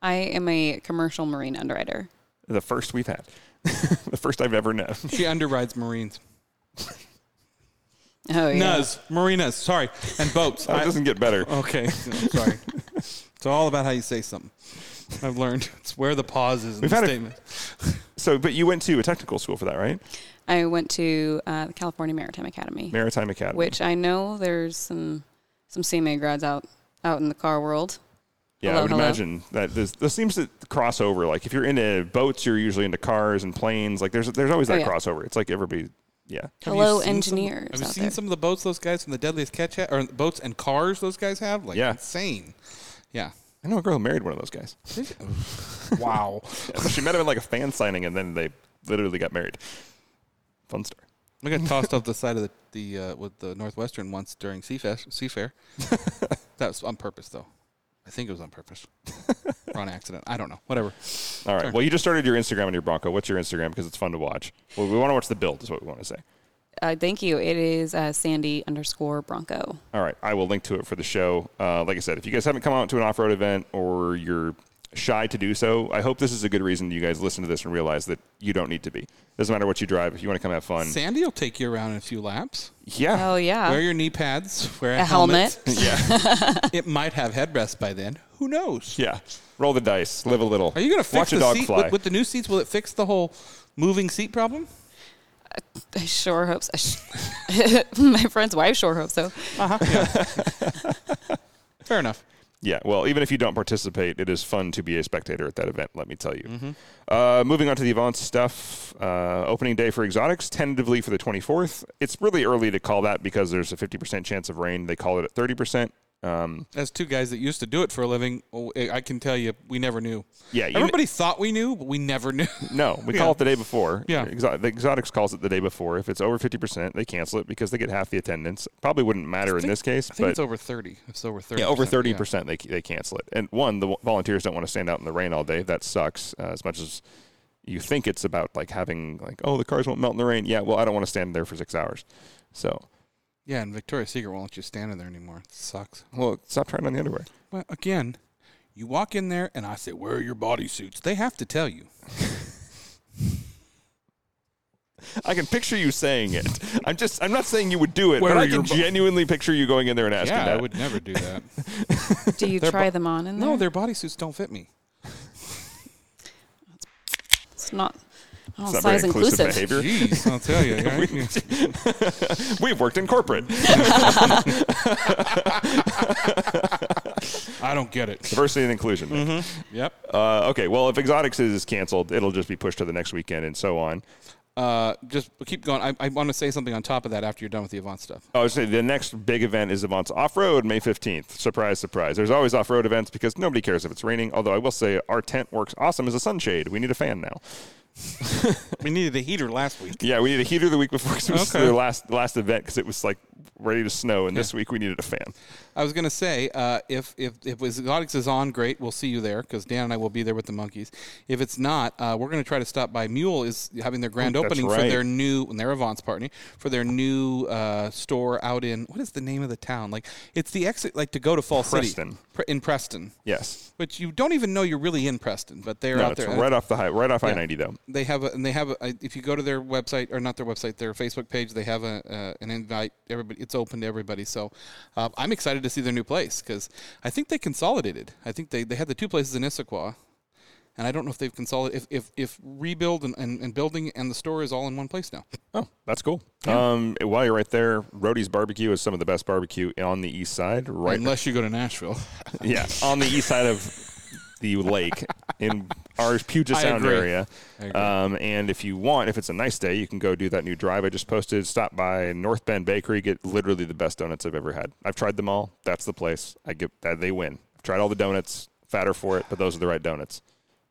Speaker 6: I am a commercial marine underwriter.
Speaker 4: The first we've had, the first I've ever known.
Speaker 5: She underrides Marines,
Speaker 6: Oh yeah.
Speaker 5: nuns, marinas. Sorry, and boats.
Speaker 4: That
Speaker 5: I- Oh.
Speaker 4: doesn't get better.
Speaker 5: okay, I'm sorry. It's all about how you say something. I've learned it's where the pause is in
Speaker 4: We've
Speaker 5: the
Speaker 4: had a-
Speaker 5: statement.
Speaker 4: So, but you went to a technical school for that, right?
Speaker 6: I went to uh, the California Maritime Academy,
Speaker 4: Maritime Academy.
Speaker 6: which I know there's some some CMA grads out out in the car world.
Speaker 4: yeah, I
Speaker 6: hello,
Speaker 4: would
Speaker 6: hello.
Speaker 4: imagine that there's, there seems to cross over. Like if you're into boats, you're usually into cars and planes. Like there's there's always
Speaker 6: Oh,
Speaker 4: that
Speaker 6: yeah.
Speaker 4: crossover. It's like everybody. Yeah.
Speaker 5: Have you
Speaker 6: Hello,
Speaker 5: seen some-
Speaker 6: engineers
Speaker 5: Have you
Speaker 6: out
Speaker 5: seen
Speaker 6: there.
Speaker 5: some of the boats those guys from the Deadliest Catch ha- or boats and cars those guys have? Like
Speaker 4: Yeah.
Speaker 5: insane. Yeah.
Speaker 4: I know a girl who married one of those guys.
Speaker 5: wow.
Speaker 4: she met him at like a fan signing, and then they literally got married. Fun story.
Speaker 5: I got tossed off the side of the, the uh, with the Northwestern once during Seafest, Seafair. that was on purpose though. I think it was on purpose. or on accident. I don't know. Whatever.
Speaker 4: All right. Well, you just started your Instagram and your Bronco. What's your Instagram? Because it's fun to watch. Well, we want to watch the build. Is what we want to say.
Speaker 6: Uh, thank you. It is uh, Sandy underscore Bronco.
Speaker 4: All right. I will link to it for the show. Uh, like I said, if you guys haven't come out to an off road event or you're shy to do so, I hope this is a good reason you guys listen to this and realize that you don't need to be. Doesn't matter what you drive. If you want to come have fun,
Speaker 5: Sandy will take you around in a few laps.
Speaker 4: yeah.
Speaker 6: Oh yeah.
Speaker 5: wear your knee pads. Wear a,
Speaker 6: a helmet.
Speaker 4: Yeah.
Speaker 5: it might have headrests by then. Who knows?
Speaker 4: yeah. Roll the dice. Live a little.
Speaker 5: Are you going to fix
Speaker 4: Watch
Speaker 5: the
Speaker 4: a dog
Speaker 5: seat
Speaker 4: fly.
Speaker 5: With, with the new seats? Will it fix the whole moving seat problem?
Speaker 6: I sure hope so. My friend's wife sure hopes so.
Speaker 4: Uh-huh.
Speaker 5: Fair enough.
Speaker 4: Yeah, well, even if you don't participate, it is fun to be a spectator at that event, let me tell you.
Speaker 5: Mm-hmm.
Speaker 4: Uh, moving on to the Avance stuff, uh, opening day for Exotics, tentatively for the 24th. It's really early to call that because there's a 50% chance of rain. They call it at 30%. Um,
Speaker 5: as two guys that used to do it for a living, oh, I I can tell you, we never knew.
Speaker 4: Yeah, you-
Speaker 5: everybody thought we knew, but we never knew.
Speaker 4: no, we
Speaker 5: Yeah.
Speaker 4: call it the day before.
Speaker 5: Yeah.
Speaker 4: Exo- the Exotics calls it the day before. If it's over 50%, they cancel it because they get half the attendance. Probably wouldn't matter in this case,
Speaker 5: I think
Speaker 4: but
Speaker 5: it's over thirty. It's over thirty.
Speaker 4: Yeah, over thirty percent they they cancel it. And one, the volunteers don't want to stand out in the rain all day. That sucks. Uh, as much as you think it's about like having like, oh, the cars won't melt in the rain. Yeah, well, I don't want to stand there for six hours. So,
Speaker 5: Yeah, and Victoria's Secret won't let you stand in there anymore. It sucks.
Speaker 4: well, stop trying on the underwear.
Speaker 5: Well, again, you walk in there, and I say, "Where are your bodysuits?" They have to tell you.
Speaker 4: I can picture you saying it. I'm just, I'm not saying you would do it,
Speaker 5: Where
Speaker 4: but
Speaker 5: are
Speaker 4: I can
Speaker 5: your bo-
Speaker 4: genuinely picture you going in there and asking
Speaker 5: yeah,
Speaker 4: that.
Speaker 5: I would never do that.
Speaker 6: Do you try them on in there?
Speaker 5: no, their bodysuits don't fit me.
Speaker 6: It's not. Oh,
Speaker 4: It's not very
Speaker 6: size
Speaker 4: inclusive eh?
Speaker 6: inclusive.
Speaker 4: behavior.
Speaker 5: Jeez, I'll tell you. right?
Speaker 4: We've worked in corporate.
Speaker 5: I don't get it.
Speaker 4: Diversity and inclusion.
Speaker 5: Mm-hmm. Yep.
Speaker 4: Uh, okay, well, if Exotics is canceled, it'll just be pushed to the next weekend and so on.
Speaker 5: Uh, just keep going. I, I want to say something on top of that after you're done with the Avant stuff.
Speaker 4: I would say the next big event is Avant's Off Road, May 15th. Surprise, surprise. There's always off road events because nobody cares if it's raining. Although I will say our tent works awesome as a sunshade. We need a fan now.
Speaker 5: We needed a heater last week.
Speaker 4: Yeah, we needed a heater the week before because it was
Speaker 5: Okay.
Speaker 4: the last, last event because it was like ready to snow. And this week we needed a fan.
Speaker 5: I was gonna say, uh, if if if Exotics is on, great, we'll see you there because Dan and I will be there with the monkeys. If it's not, uh, we're gonna try to stop by. Mule is having their grand
Speaker 4: that's
Speaker 5: opening for
Speaker 4: right.
Speaker 5: their new, and their Avance partner for their new uh, store out in what is the name of the town? Like it's the exit, like to go to Fall City
Speaker 4: Preston.
Speaker 5: Pre- in Preston.
Speaker 4: Yes.
Speaker 5: Which you don't even know you're really in Preston, but they're
Speaker 4: No,
Speaker 5: out
Speaker 4: it's
Speaker 5: there.
Speaker 4: right off the high, right off I 90 though.
Speaker 5: They have a, and they have a, if you go to their website or not their website, their Facebook page, they have a uh, an invite. Everybody, it's open to everybody. So uh, I'm excited to see their new place because I think they consolidated. I think they, they had the two places in Issaquah, and I don't know if they've consolidated. If if, if rebuild and, and, and building and the store is all in one place now.
Speaker 4: Oh, that's cool. Um, while you're right there, Roadie's Barbecue is some of the best barbecue on the east side. Right
Speaker 5: Unless you go to Nashville,
Speaker 4: Yeah, on the east side of the lake in our Puget
Speaker 5: I
Speaker 4: Sound
Speaker 5: agree.
Speaker 4: area. Um, and if you want, if it's a nice day, you can go do that new drive I just posted. Stop by North Bend Bakery, get literally the best donuts I've ever had. I've tried them all. That's the place. I get that they win. I've tried all the donuts, fatter for it, but those are the right donuts.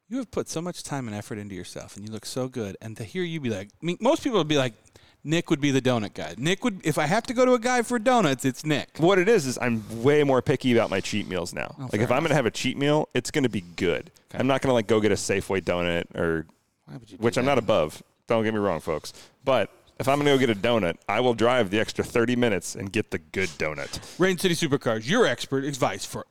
Speaker 5: you have put so much time and effort into yourself, and you look so good. And to hear you be like, I mean, most people would be like, Nick would be the donut guy. Nick would, if I have to go to a guy for donuts, it's Nick.
Speaker 4: What it is is I'm way more picky about my cheat meals now.
Speaker 5: Oh,
Speaker 4: like if I'm gonna have a cheat meal, it's gonna be good. I'm not gonna like go get a Safeway donut or which I'm not above. Don't get me wrong, folks. But if I'm gonna go get a donut, I will drive the extra 30 minutes and get the good donut.
Speaker 5: Rain City Supercars, your expert advice for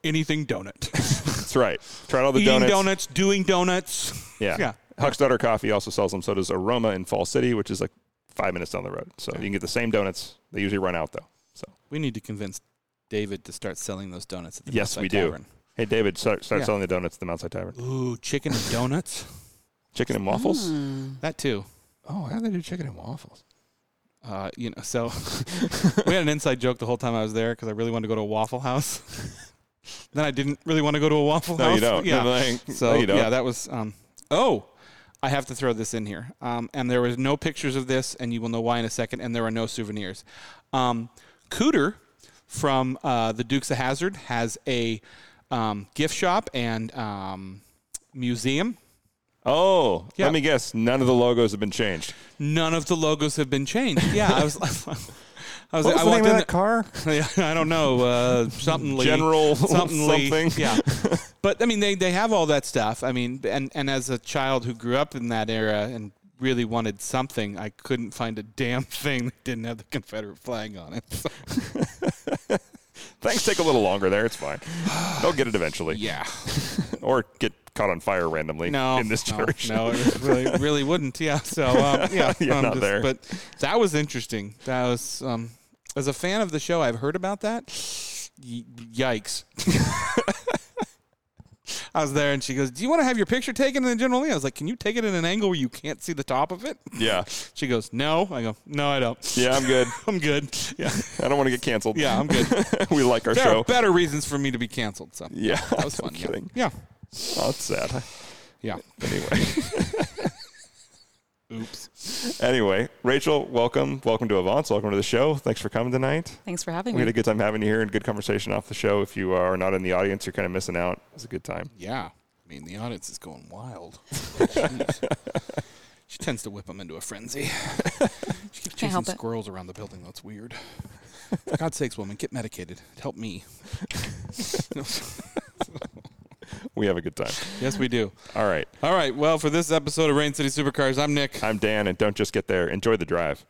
Speaker 5: anything donut.
Speaker 4: That's right. Tried all the
Speaker 5: Eating
Speaker 4: donuts.
Speaker 5: donuts. doing donuts.
Speaker 4: Yeah.
Speaker 5: Yeah.
Speaker 4: Huck's Daughter Coffee also sells them. So does Aroma in Fall City, which is like five minutes down the road. So you can get the same donuts. They usually run out though. So
Speaker 5: We need to convince David to start selling those donuts at the
Speaker 4: yes,
Speaker 5: Northside
Speaker 4: we do.
Speaker 5: Tavern.
Speaker 4: Hey David, start, start
Speaker 5: Yeah.
Speaker 4: selling the donuts at the Mount Side Tavern.
Speaker 5: Ooh, chicken and donuts.
Speaker 4: Chicken and waffles.
Speaker 5: that too.
Speaker 4: Oh, how do they do chicken and waffles?
Speaker 5: Uh, you know, so we had an inside joke the whole time I was there because I really wanted to go to a Waffle House. then I didn't really want to go to a Waffle
Speaker 4: No,
Speaker 5: House.
Speaker 4: you don't.
Speaker 5: Yeah.
Speaker 4: No, like,
Speaker 5: so
Speaker 4: no, you don't.
Speaker 5: yeah, that was. Um, oh, I have to throw this in here. Um, and there was no pictures of this, and you will know why in a second. And there are no souvenirs. Um, Cooter from uh, the Dukes of Hazard has a um, gift shop and um, museum.
Speaker 4: Oh,
Speaker 5: Yeah.
Speaker 4: let me guess. None of the logos have been changed.
Speaker 5: None of the logos have been changed. Yeah, I was. I was.
Speaker 4: What was
Speaker 5: I
Speaker 4: the
Speaker 5: walked
Speaker 4: name of
Speaker 5: in
Speaker 4: that car?
Speaker 5: Yeah, I don't know. Uh, something Lee.
Speaker 4: General
Speaker 5: something. Lee.
Speaker 4: something.
Speaker 5: Yeah. But I mean, they, they have all that stuff. I mean, and, and as a child who grew up in that era and really wanted something, I couldn't find a damn thing that didn't have the Confederate flag on it. So,
Speaker 4: Things take a little longer there. It's fine. They'll get it eventually.
Speaker 5: yeah.
Speaker 4: Or get caught on fire randomly
Speaker 5: No.
Speaker 4: in this
Speaker 5: no,
Speaker 4: generation.
Speaker 5: No, it was really, really wouldn't. Yeah. So, um, yeah.
Speaker 4: Yeah,
Speaker 5: um,
Speaker 4: not there.
Speaker 5: But that was interesting. That was, um, as a fan of the show, I've heard about that. Y- yikes. I was there and she goes, Do you want to have your picture taken in the General Lee? I was like, Can you take it in an angle where you can't see the top of it?
Speaker 4: Yeah.
Speaker 5: She goes, No. I go, No, I don't.
Speaker 4: Yeah, I'm good.
Speaker 5: I'm good. Yeah.
Speaker 4: I don't want to get canceled.
Speaker 5: Yeah, I'm good.
Speaker 4: we like our
Speaker 5: There
Speaker 4: show.
Speaker 5: are better reasons for me to be canceled. So
Speaker 4: yeah.
Speaker 5: that was
Speaker 4: No
Speaker 5: fun. yeah.
Speaker 4: kidding.
Speaker 5: Yeah.
Speaker 4: Oh, that's sad.
Speaker 5: Yeah.
Speaker 4: Anyway.
Speaker 5: Oops.
Speaker 4: anyway, Rachel, welcome. Welcome to Avance. Welcome to the show. Thanks for coming tonight.
Speaker 6: Thanks for having
Speaker 4: We had a
Speaker 6: me.
Speaker 4: good time having you here and good conversation off the show. If you are not in the audience, you're kind of missing out. It was a good time.
Speaker 5: Yeah. I mean, the audience is going wild. Jeez. she tends to whip them into a frenzy. she keeps chasing
Speaker 6: help it.
Speaker 5: squirrels around the building. That's weird. For God's sakes, woman, get medicated. It helped me.
Speaker 4: We have a good time.
Speaker 5: yes, we do.
Speaker 4: All right.
Speaker 5: All right. Well, for this episode of Rain City Supercars, I'm Nick.
Speaker 4: I'm Dan, and don't just get there. Enjoy the drive.